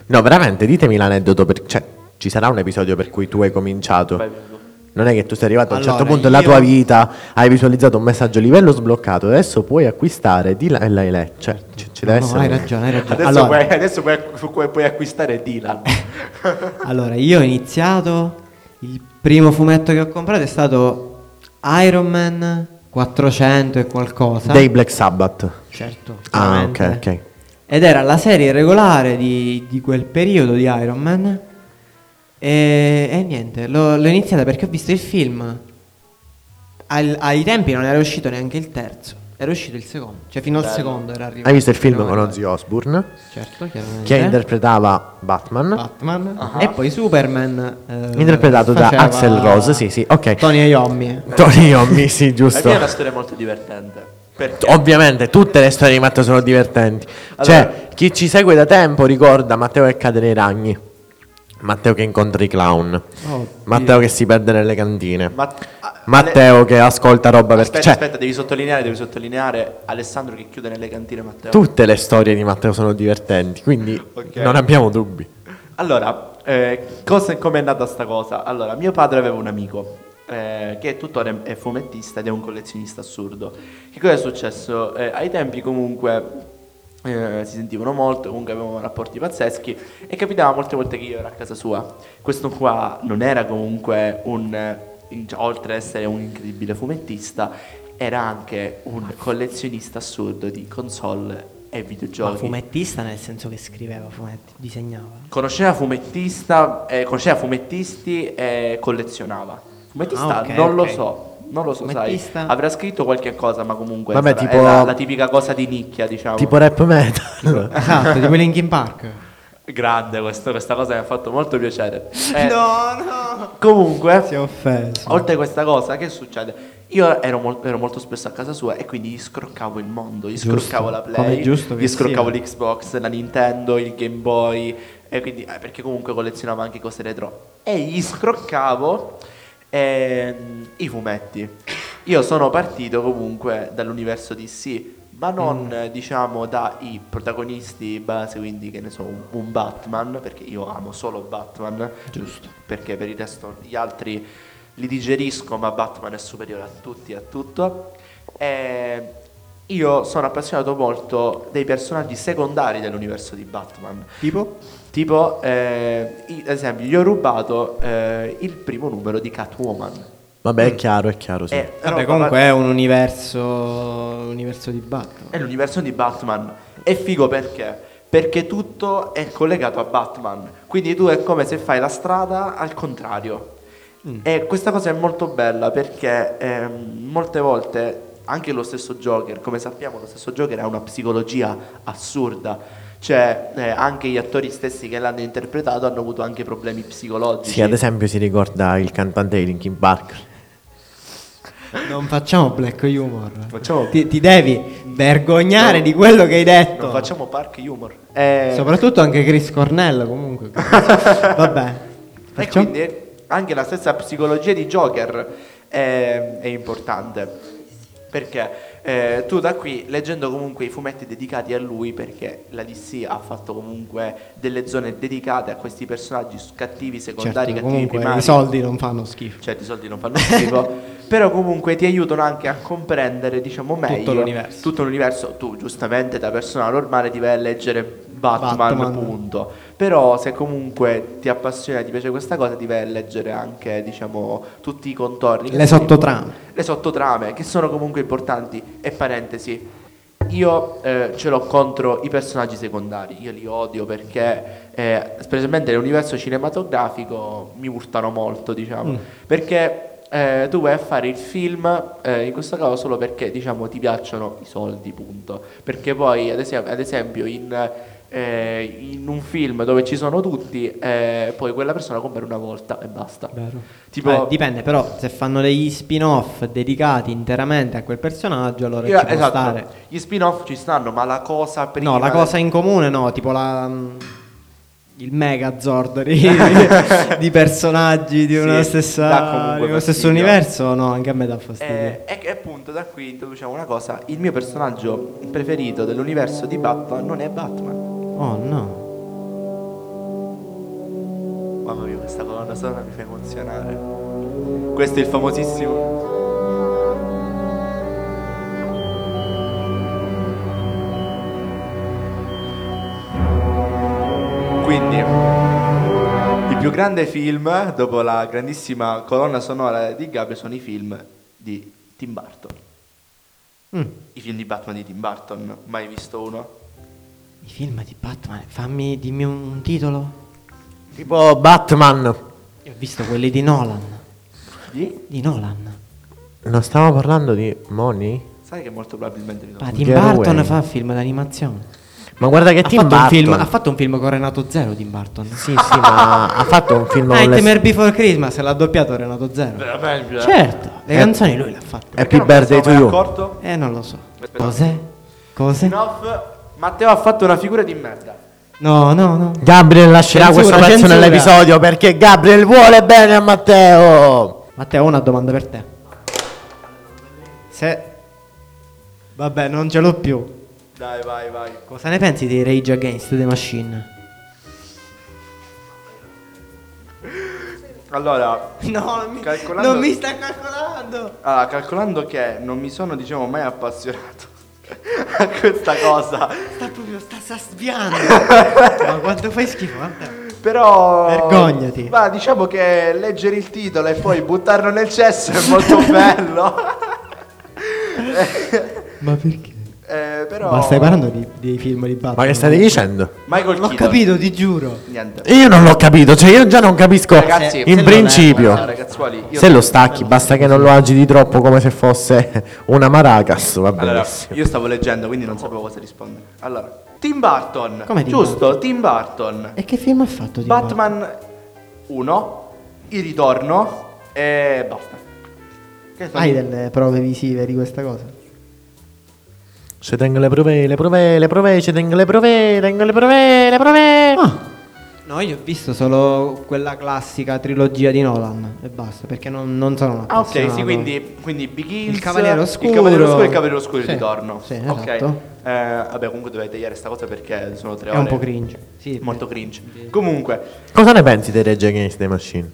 [SPEAKER 1] No, veramente, ditemi l'aneddoto. per- Cioè, ci sarà un episodio per cui tu hai cominciato.
[SPEAKER 2] Vai, Bruno.
[SPEAKER 1] Non è che tu sei arrivato a un certo
[SPEAKER 4] Allora,
[SPEAKER 1] punto della
[SPEAKER 4] io-
[SPEAKER 1] tua vita, hai visualizzato un messaggio livello sbloccato, adesso puoi acquistare di là e là e là. Cioè, ci, ci deve
[SPEAKER 4] No, no,
[SPEAKER 1] essere.
[SPEAKER 4] hai
[SPEAKER 1] un-
[SPEAKER 4] ragione, hai ragione.
[SPEAKER 2] Adesso,
[SPEAKER 4] Allora,
[SPEAKER 2] puoi, Eh, adesso puoi, puoi- puoi acquistare Dylan.
[SPEAKER 4] Allora, io ho iniziato. Il primo fumetto che ho comprato è stato Iron Man 400 e qualcosa.
[SPEAKER 1] Dei Black Sabbath.
[SPEAKER 4] Certo.
[SPEAKER 1] Ah, ok,
[SPEAKER 4] ovviamente.
[SPEAKER 1] ok.
[SPEAKER 4] Ed era la serie regolare di, di quel periodo di Iron Man. E, e niente, l'ho, l'ho iniziata perché ho visto il film. Al- ai tempi non era uscito neanche il terzo, era uscito il secondo. Cioè, fino al secondo era arrivato.
[SPEAKER 1] Hai visto il film con
[SPEAKER 4] Fino a-
[SPEAKER 1] Ozzy Osbourne?
[SPEAKER 4] Certo, chiaramente.
[SPEAKER 1] Che interpretava Batman.
[SPEAKER 4] Batman e poi Superman eh,
[SPEAKER 1] Interpretato da
[SPEAKER 4] faceva
[SPEAKER 1] Axel Rose, sì, sì, ok.
[SPEAKER 4] Tony Iommi
[SPEAKER 1] Tony Iommi, sì,
[SPEAKER 2] La mia è una
[SPEAKER 1] giusto.
[SPEAKER 2] storia molto divertente. Perché?
[SPEAKER 1] Ovviamente tutte le storie di Matteo sono divertenti.
[SPEAKER 2] Allora-
[SPEAKER 1] Cioè, chi ci segue da tempo ricorda Matteo che cade nei ragni. Matteo che incontra i clown.
[SPEAKER 4] Oddio.
[SPEAKER 1] Matteo che si perde nelle cantine.
[SPEAKER 2] Ma- ah,
[SPEAKER 1] Matteo che ascolta roba perché
[SPEAKER 2] Ale- Aspetta,
[SPEAKER 1] cioè,
[SPEAKER 2] aspetta, devi sottolineare, devi sottolineare Alessandro che chiude nelle cantine Matteo.
[SPEAKER 1] tutte le storie di Matteo sono divertenti, quindi
[SPEAKER 2] Ok.
[SPEAKER 1] non abbiamo dubbi.
[SPEAKER 2] Allora, eh, cosa, com'è nata sta cosa? Allora, mio padre aveva un amico eh, che tuttora è- è fumettista ed è un collezionista assurdo. Che cosa è successo? Eh, ai tempi comunque eh, si sentivano molto, comunque avevamo rapporti pazzeschi e capitava molte volte che io ero a casa sua. Questo qua non era comunque un, eh, in- oltre ad essere un incredibile fumettista, era anche un collezionista assurdo di console e
[SPEAKER 4] Ma
[SPEAKER 2] videogiochi.
[SPEAKER 4] fumettista nel senso che scriveva fumetti, disegnava.
[SPEAKER 2] Conosceva fumettista, eh, conosceva fumettisti e collezionava. Fumettista
[SPEAKER 4] Ah, ok,
[SPEAKER 2] non
[SPEAKER 4] ok.
[SPEAKER 2] lo so. Non lo so, sai.
[SPEAKER 4] Fumettista?
[SPEAKER 2] Avrà scritto qualche cosa, ma comunque
[SPEAKER 1] Vabbè,
[SPEAKER 2] sarà-
[SPEAKER 1] tipo-
[SPEAKER 2] è la, la tipica cosa di nicchia, diciamo.
[SPEAKER 1] Tipo rap metal. [LAUGHS]
[SPEAKER 4] Esatto, tipo Linkin Park.
[SPEAKER 2] Grande questo, questa cosa mi ha fatto molto piacere. Eh,
[SPEAKER 4] No, no.
[SPEAKER 2] Comunque,
[SPEAKER 4] Si è offeso.
[SPEAKER 2] Oltre a questa cosa, che succede? Io ero, mol- ero molto spesso a casa sua e quindi gli scroccavo il mondo, gli
[SPEAKER 4] Giusto,
[SPEAKER 2] scroccavo la
[SPEAKER 4] come è
[SPEAKER 2] Play,
[SPEAKER 4] giusto che
[SPEAKER 2] gli scroccavo
[SPEAKER 4] sia.
[SPEAKER 2] l'Xbox, la Nintendo, il Game Boy, e quindi, eh, perché comunque collezionavo anche cose retro. E gli scroccavo ehm, i fumetti. Io sono partito comunque dall'universo DC, ma non
[SPEAKER 4] Mm.
[SPEAKER 2] eh, diciamo dai protagonisti base, quindi che ne so, un, un Batman, perché io amo solo Batman. Giusto. Perché per il resto gli altri li digerisco, ma Batman è superiore a tutti e a tutto. Ehm, E io sono appassionato molto dei personaggi secondari dell'universo di Batman.
[SPEAKER 4] Tipo?
[SPEAKER 2] Tipo, eh, i- ad esempio, gli ho rubato eh, il primo numero di Catwoman.
[SPEAKER 1] Vabbè, è chiaro, è chiaro, sì.
[SPEAKER 2] Eh,
[SPEAKER 4] Vabbè,
[SPEAKER 2] roba-
[SPEAKER 4] comunque è un universo. Un universo di Batman.
[SPEAKER 2] È l'universo di Batman. È figo perché? Perché tutto è collegato a Batman. Quindi tu è come se fai la strada al contrario.
[SPEAKER 1] Mm.
[SPEAKER 2] E questa cosa è molto bella perché ehm, molte volte anche lo stesso Joker, come sappiamo, lo stesso Joker ha una psicologia assurda. Cioè, eh, anche gli attori stessi che l'hanno interpretato hanno avuto anche problemi psicologici.
[SPEAKER 1] Sì, ad esempio si ricorda il cantante di Linkin Park.
[SPEAKER 4] Non facciamo black humor.
[SPEAKER 2] Facciamo-
[SPEAKER 4] Ti, ti devi vergognare
[SPEAKER 2] No.
[SPEAKER 4] di quello che hai detto.
[SPEAKER 2] Non facciamo park humor. Eh,
[SPEAKER 4] Soprattutto anche Chris
[SPEAKER 2] [LAUGHS]
[SPEAKER 4] Cornell comunque. Vabbè.
[SPEAKER 2] E
[SPEAKER 4] Facciamo-
[SPEAKER 2] quindi eh, anche la stessa psicologia di Joker è, è importante. Perché eh, tu da qui, leggendo comunque i fumetti dedicati a lui, perché la DC ha fatto comunque delle zone dedicate a questi personaggi cattivi, secondari,
[SPEAKER 4] Certo,
[SPEAKER 2] cattivi
[SPEAKER 4] comunque
[SPEAKER 2] primari.
[SPEAKER 4] i soldi non fanno schifo.
[SPEAKER 2] Certo, i soldi non fanno schifo, [LAUGHS] però comunque ti aiutano anche a comprendere, diciamo, meglio
[SPEAKER 4] l'universo.
[SPEAKER 2] tutto l'universo. Tu, giustamente, da persona normale ti vai a leggere Batman,
[SPEAKER 4] Batman.
[SPEAKER 2] punto. Però se comunque ti appassiona e ti piace questa cosa, ti vai a leggere anche, diciamo, tutti i contorni.
[SPEAKER 4] Le sottotrame.
[SPEAKER 2] Le sottotrame, che sono comunque importanti. E parentesi, io eh, ce l'ho contro i personaggi secondari, io li odio perché, eh, specialmente nell'universo cinematografico, mi urtano molto, diciamo. Perché eh, tu vai a fare il film, eh, in questo caso solo perché diciamo ti piacciono i soldi, punto. Perché poi, ad, esem- ad esempio, in, eh, in un film dove ci sono tutti, eh, poi quella persona compra una volta e basta. Tipo,
[SPEAKER 4] Eh, dipende però se fanno degli spin-off dedicati interamente a quel personaggio allora
[SPEAKER 2] io-
[SPEAKER 4] ci può
[SPEAKER 2] esatto,
[SPEAKER 4] stare.
[SPEAKER 2] gli spin-off ci stanno, ma la cosa prima
[SPEAKER 4] No, la cosa in comune no, tipo la mm, il Megazord
[SPEAKER 2] [LAUGHS]
[SPEAKER 4] di, di personaggi di, una
[SPEAKER 2] Sì, dà
[SPEAKER 4] stessa,
[SPEAKER 2] comunque
[SPEAKER 4] di uno stesso
[SPEAKER 2] fastidio.
[SPEAKER 4] universo, no, anche a me dà fastidio.
[SPEAKER 2] Eh, e e appunto da qui introduciamo una cosa, il mio personaggio preferito dell'universo di Batman non è Batman.
[SPEAKER 4] Oh no.
[SPEAKER 2] Mamma mia, questa colonna sonora mi fa emozionare. Questo è il famosissimo... Quindi, il più grande film, dopo la grandissima colonna sonora di Gabriel, sono i film di Tim Burton.
[SPEAKER 4] Mm.
[SPEAKER 2] I film di Batman di Tim Burton, mai visto uno?
[SPEAKER 4] I film di Batman, fammi dimmi un titolo.
[SPEAKER 1] Tipo Batman.
[SPEAKER 4] Io ho visto quelli di Nolan,
[SPEAKER 2] Di?
[SPEAKER 4] di Nolan.
[SPEAKER 1] Non stiamo parlando di Money?
[SPEAKER 2] Sai che molto probabilmente mi
[SPEAKER 4] Ma
[SPEAKER 2] sono...
[SPEAKER 4] Ah, Tim
[SPEAKER 1] Getaway.
[SPEAKER 4] Burton fa film d'animazione.
[SPEAKER 1] Ma guarda
[SPEAKER 2] Eh,
[SPEAKER 1] che
[SPEAKER 4] Ha
[SPEAKER 1] Tim
[SPEAKER 4] fatto,
[SPEAKER 1] Burton.
[SPEAKER 4] un film, ha fatto un film con Renato Zero Tim Burton.
[SPEAKER 1] Sì, sì, ma ha fatto un film
[SPEAKER 4] Ah,
[SPEAKER 1] con le-
[SPEAKER 4] Nightmare Before Christmas l'ha doppiato Renato Zero.
[SPEAKER 2] Veramente?
[SPEAKER 4] Certo, le
[SPEAKER 1] Eh.
[SPEAKER 4] canzoni lui le ha fatte.
[SPEAKER 1] Happy Birthday to you.
[SPEAKER 2] accorto?
[SPEAKER 4] Eh, non lo so.
[SPEAKER 2] Aspetta.
[SPEAKER 4] Cos'è? Cos'è? No,
[SPEAKER 2] Spin-off, Matteo ha fatto una figura di merda.
[SPEAKER 4] no, no.
[SPEAKER 1] Gabriel lascerà
[SPEAKER 4] Censura,
[SPEAKER 1] questo pezzo
[SPEAKER 4] censura.
[SPEAKER 1] nell'episodio perché Gabriel vuole bene a Matteo.
[SPEAKER 4] Matteo, ho una domanda per te. Se... Vabbè, non ce l'ho più.
[SPEAKER 2] Dai, vai, vai.
[SPEAKER 4] Cosa ne pensi di Rage Against the Machine?
[SPEAKER 2] Allora,
[SPEAKER 4] [LAUGHS] No, non mi,
[SPEAKER 2] Calcolando-
[SPEAKER 4] non mi sta calcolando.
[SPEAKER 2] ah, calcolando che non mi sono, diciamo, mai appassionato [LAUGHS] a questa cosa,
[SPEAKER 4] Sta proprio, sta, sta [LAUGHS] sviando. Ma quanto fai schifo, Matteo.
[SPEAKER 2] però...
[SPEAKER 4] Vergognati.
[SPEAKER 2] Ma diciamo che leggere il titolo e poi buttarlo nel cesso è
[SPEAKER 4] [LAUGHS]
[SPEAKER 2] molto bello.
[SPEAKER 4] Ma perché?
[SPEAKER 2] Eh, però...
[SPEAKER 4] Ma stai parlando di, dei film di Batman?
[SPEAKER 1] Ma che state dicendo?
[SPEAKER 2] Michael
[SPEAKER 4] Non ho
[SPEAKER 2] Keaton.
[SPEAKER 4] capito, ti giuro.
[SPEAKER 2] Niente.
[SPEAKER 1] Io non l'ho capito, cioè io già non capisco
[SPEAKER 2] Ragazzi, se
[SPEAKER 1] in
[SPEAKER 2] lo-
[SPEAKER 1] principio.
[SPEAKER 2] Guarda, ragazzuoli, io-
[SPEAKER 1] se lo stacchi, basta che non lo agiti troppo come se fosse una maracas, va
[SPEAKER 2] Allora,
[SPEAKER 1] benissimo.
[SPEAKER 2] io stavo leggendo, quindi non sapevo cosa rispondere. Allora, Tim Burton.
[SPEAKER 4] Come Tim
[SPEAKER 2] giusto, Tim Burton.
[SPEAKER 4] E che film ha fatto di
[SPEAKER 2] Batman 1, Il ritorno e basta. Che sono-
[SPEAKER 4] Hai delle prove visive di questa cosa?
[SPEAKER 1] Ci tengo le prove, le prove, le prove, ci tengo le prove, tengo le prove, le prove.
[SPEAKER 2] Ah.
[SPEAKER 4] No, io ho visto solo quella classica trilogia di Nolan e basta, perché non, non sono un
[SPEAKER 2] Ah, ok, sì,
[SPEAKER 4] appassionato.
[SPEAKER 2] quindi, quindi Big Hills,
[SPEAKER 4] Il Cavaliere
[SPEAKER 2] Il Cavaliere
[SPEAKER 4] Oscuro.
[SPEAKER 2] Oscuro e il Cavaliere Oscuro e
[SPEAKER 4] Sì,
[SPEAKER 2] Il ritorno.
[SPEAKER 4] sì,
[SPEAKER 2] Ok.
[SPEAKER 4] esatto.
[SPEAKER 2] Eh, vabbè, comunque dovete tagliare sta cosa perché sono tre
[SPEAKER 4] È
[SPEAKER 2] ore.
[SPEAKER 4] un po' cringe. Sì,
[SPEAKER 2] Molto cringe. Comunque,
[SPEAKER 1] Cosa ne pensi dei Rage Against the Machine?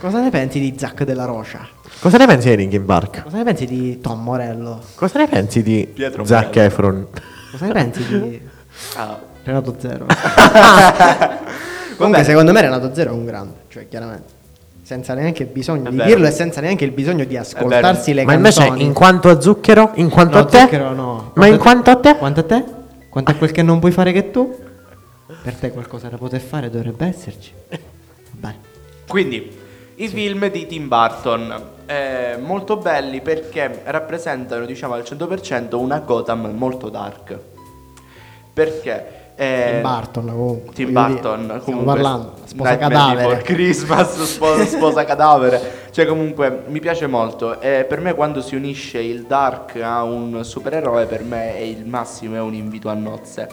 [SPEAKER 4] Cosa ne pensi di Zack della Rocha?
[SPEAKER 1] Cosa ne pensi di Linkin Park?
[SPEAKER 4] Cosa ne pensi di Tom Morello?
[SPEAKER 1] Cosa ne pensi di
[SPEAKER 2] Pietro
[SPEAKER 1] Zac
[SPEAKER 2] Morello.
[SPEAKER 1] Efron?
[SPEAKER 4] Cosa ne pensi [LAUGHS] di
[SPEAKER 2] ah,
[SPEAKER 4] Renato Zero? [LAUGHS] Comunque, secondo me Renato Zero è un grande, cioè chiaramente. Senza neanche bisogno
[SPEAKER 2] È
[SPEAKER 4] di
[SPEAKER 2] vero.
[SPEAKER 4] dirlo e senza neanche il bisogno di ascoltarsi le
[SPEAKER 1] Ma invece
[SPEAKER 4] canzoni.
[SPEAKER 1] in quanto a zucchero, in quanto
[SPEAKER 4] No,
[SPEAKER 1] a te?
[SPEAKER 4] zucchero no.
[SPEAKER 1] Ma in quanto a te?
[SPEAKER 4] Quanto a te? Quanto a quel che non puoi fare che tu? Per te qualcosa da poter fare dovrebbe esserci. Vabbè.
[SPEAKER 2] Quindi, i film di Tim Burton, eh, molto belli perché rappresentano, diciamo, al 100% una Gotham molto dark. Perché? eh,
[SPEAKER 4] Tim Burton comunque.
[SPEAKER 2] Tim
[SPEAKER 4] voglio dire,
[SPEAKER 2] Burton,
[SPEAKER 4] stiamo
[SPEAKER 2] comunque,
[SPEAKER 4] parlando, sposa
[SPEAKER 2] Nightmare
[SPEAKER 4] cadavere.
[SPEAKER 2] Before Christmas, sposa, sposa cadavere. Cioè, comunque, mi piace molto. E per me, quando si unisce il dark a un supereroe, per me è il massimo, è un invito a nozze.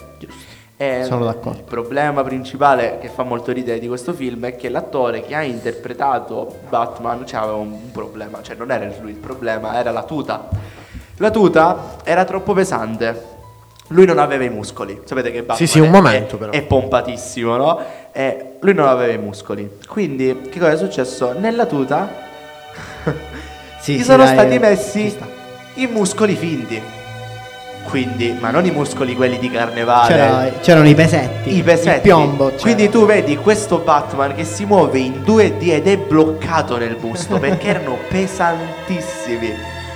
[SPEAKER 2] E
[SPEAKER 4] Sono d'accordo.
[SPEAKER 2] Il problema principale che fa molto ridere di questo film è che l'attore che ha interpretato Batman cioè, aveva un problema. Cioè, non era lui il problema, era la tuta. La tuta era troppo pesante. Lui non aveva i muscoli. Sapete che Batman
[SPEAKER 1] Sì, sì, un
[SPEAKER 2] è-
[SPEAKER 1] momento,
[SPEAKER 2] è-
[SPEAKER 1] però.
[SPEAKER 2] è pompatissimo, no? E lui non aveva i muscoli. Quindi, che cosa è successo? Nella tuta
[SPEAKER 4] Sì,
[SPEAKER 2] gli
[SPEAKER 4] sì,
[SPEAKER 2] sono
[SPEAKER 4] dai,
[SPEAKER 2] stati
[SPEAKER 4] eh, ci
[SPEAKER 2] messi
[SPEAKER 4] sta.
[SPEAKER 2] i muscoli finti. Quindi, ma non i muscoli quelli di carnevale.
[SPEAKER 4] C'era- c'erano i pesetti.
[SPEAKER 2] I pesetti.
[SPEAKER 4] Il piombo. c'era.
[SPEAKER 2] Quindi tu vedi questo Batman che si muove in 2D ed è bloccato nel
[SPEAKER 4] [LAUGHS]
[SPEAKER 2] busto perché erano pesantissimi.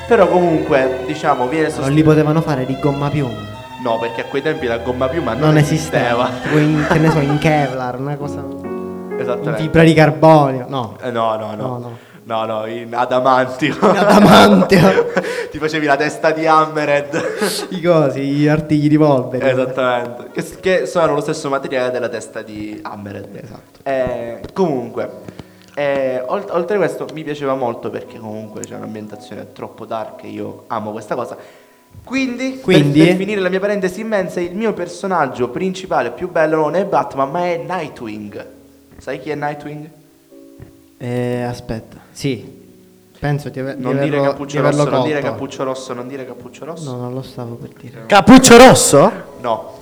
[SPEAKER 2] Però comunque, diciamo, viene
[SPEAKER 4] Non
[SPEAKER 2] sostenuto.
[SPEAKER 4] li potevano fare di gomma piuma.
[SPEAKER 2] No, perché a quei tempi la gomma piuma non,
[SPEAKER 4] Non, esisteva.
[SPEAKER 2] [LAUGHS]
[SPEAKER 4] Tipo in, che ne so, in Kevlar, una cosa. In
[SPEAKER 2] Cioè. Esattamente.
[SPEAKER 4] fibra di carbonio. No.
[SPEAKER 2] Eh, No, no, no.
[SPEAKER 4] No, no.
[SPEAKER 2] No, no, in adamantio.
[SPEAKER 4] adamantio.
[SPEAKER 2] [LAUGHS] Ti facevi la testa di Hammered.
[SPEAKER 4] I cosi, gli artigli di polvere.
[SPEAKER 2] Esatto. Esattamente. Che, che sono lo stesso materiale della testa di Hammered.
[SPEAKER 4] Esatto.
[SPEAKER 2] Eh, comunque, eh, olt- oltre a questo mi piaceva molto perché comunque c'è un'ambientazione troppo dark e io amo questa cosa. Quindi, per-
[SPEAKER 4] Quindi?
[SPEAKER 2] per, finire la mia parentesi immensa, il mio personaggio principale più bello non è Batman, ma è Nightwing. Sai chi è Nightwing?
[SPEAKER 4] Eh, aspetta. Sì. Penso di, aver,
[SPEAKER 2] Non
[SPEAKER 4] di
[SPEAKER 2] dire
[SPEAKER 4] averlo- di
[SPEAKER 2] cappuccio
[SPEAKER 4] averlo
[SPEAKER 2] rosso, non dire
[SPEAKER 4] colto.
[SPEAKER 2] cappuccio rosso, non dire cappuccio rosso.
[SPEAKER 4] No, non lo stavo per dire.
[SPEAKER 1] Cappuccio rosso?
[SPEAKER 2] No.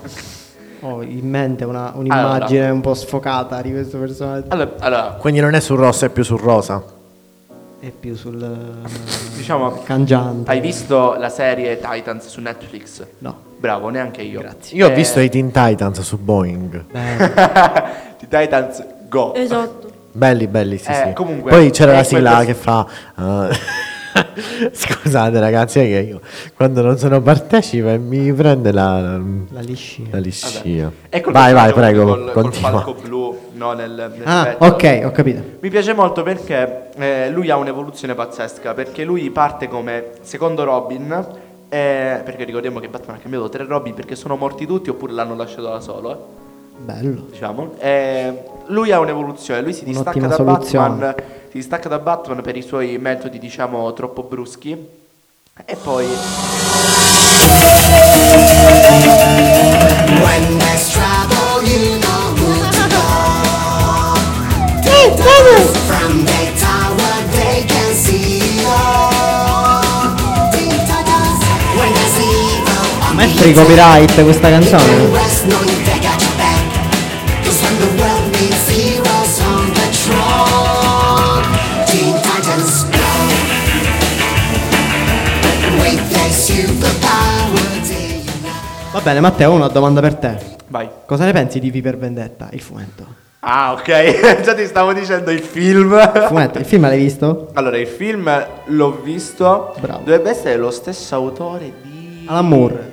[SPEAKER 4] Ho in mente una- un'immagine un po' sfocata di questo personaggio.
[SPEAKER 2] Allora, allora,
[SPEAKER 1] Quindi non è sul rosso, è più sul rosa.
[SPEAKER 4] E più sul. eh,
[SPEAKER 2] Diciamo-
[SPEAKER 4] Cangiante.
[SPEAKER 2] hai visto la serie Titans su Netflix?
[SPEAKER 4] No.
[SPEAKER 2] Bravo, neanche io.
[SPEAKER 4] Grazie.
[SPEAKER 1] Io ho
[SPEAKER 2] Eh,
[SPEAKER 1] visto i Teen Titans su Boeing.
[SPEAKER 2] Eh, [LAUGHS] di Titans Go.
[SPEAKER 5] Esatto.
[SPEAKER 1] Belli, belli, sì,
[SPEAKER 2] Eh,
[SPEAKER 1] sì.
[SPEAKER 2] comunque,
[SPEAKER 1] Poi c'era
[SPEAKER 2] eh,
[SPEAKER 1] la sigla
[SPEAKER 2] quel-
[SPEAKER 1] che fa... eh, [LAUGHS] Scusate ragazzi, è che io quando non sono partecipe mi prende la,
[SPEAKER 4] La liscia.
[SPEAKER 2] Eh,
[SPEAKER 1] la liscia.
[SPEAKER 2] Ecco il
[SPEAKER 1] vai, vai, prego,
[SPEAKER 2] personaggio col, col
[SPEAKER 1] continua.
[SPEAKER 2] falco blu, no, nel, nel
[SPEAKER 4] Ah,
[SPEAKER 2] petto.
[SPEAKER 4] ok, ho capito.
[SPEAKER 2] Mi piace molto perché eh, lui ha un'evoluzione pazzesca, perché lui parte come secondo Robin, eh, perché ricordiamo che Batman ha cambiato tre Robin perché sono morti tutti oppure l'hanno lasciato da solo, eh.
[SPEAKER 4] Bello.
[SPEAKER 2] diciamo. Eh, lui ha un'evoluzione, lui si distacca
[SPEAKER 4] Un'ottima
[SPEAKER 2] da
[SPEAKER 4] soluzione.
[SPEAKER 2] Batman, si distacca da Batman per i suoi metodi, diciamo, troppo bruschi. E poi
[SPEAKER 4] A me free copyright questa canzone. Va bene, Matteo, ho una domanda per te.
[SPEAKER 2] vai.
[SPEAKER 4] Cosa ne pensi di V per Vendetta, il fumetto?
[SPEAKER 2] Ah, ok. [LAUGHS] Già ti stavo dicendo il film.
[SPEAKER 4] Il fumetto, il film l'hai visto?
[SPEAKER 2] Allora, il film l'ho visto.
[SPEAKER 4] Bravo.
[SPEAKER 2] Dovrebbe essere lo stesso autore di.
[SPEAKER 4] Alan Moore.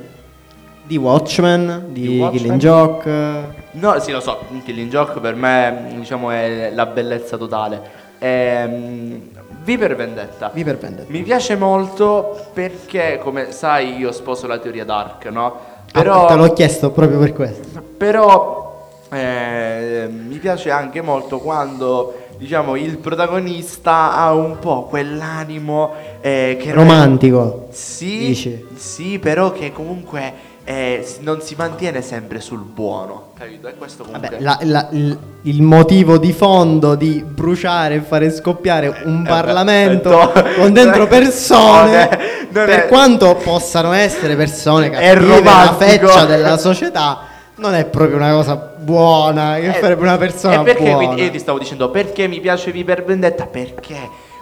[SPEAKER 4] Di Watchmen, di,
[SPEAKER 2] Di Watchmen?
[SPEAKER 4] Killing Joke.
[SPEAKER 2] No, sì, lo so. Killing Joke per me, diciamo, è la bellezza totale. Ehm, v per vendetta.
[SPEAKER 4] V per Vendetta.
[SPEAKER 2] Mi piace molto perché, come sai, io sposo la teoria dark, no?
[SPEAKER 4] Ah,
[SPEAKER 2] Però.
[SPEAKER 4] Te l'ho chiesto proprio per questo.
[SPEAKER 2] Però eh, mi piace anche molto quando diciamo il protagonista ha un po' quell'animo eh, che
[SPEAKER 4] Romantico.
[SPEAKER 2] Sì,
[SPEAKER 4] Dici.
[SPEAKER 2] sì, però che comunque eh, s- non si mantiene sempre sul buono, capito? E questo comunque
[SPEAKER 4] Vabbè, la- la- il, il motivo di fondo di bruciare e fare scoppiare un
[SPEAKER 2] Eh,
[SPEAKER 4] Parlamento
[SPEAKER 2] eh, no. [LAUGHS]
[SPEAKER 4] con dentro persone,
[SPEAKER 2] Non è- non
[SPEAKER 4] per
[SPEAKER 2] è-
[SPEAKER 4] quanto possano essere persone
[SPEAKER 2] È
[SPEAKER 4] cattive, la
[SPEAKER 2] romantico.
[SPEAKER 4] feccia della società, non è proprio una cosa buona che
[SPEAKER 2] Eh,
[SPEAKER 4] farebbe una persona
[SPEAKER 2] E perché
[SPEAKER 4] buona.
[SPEAKER 2] quindi io ti stavo dicendo perché mi piace V per Vendetta? Perché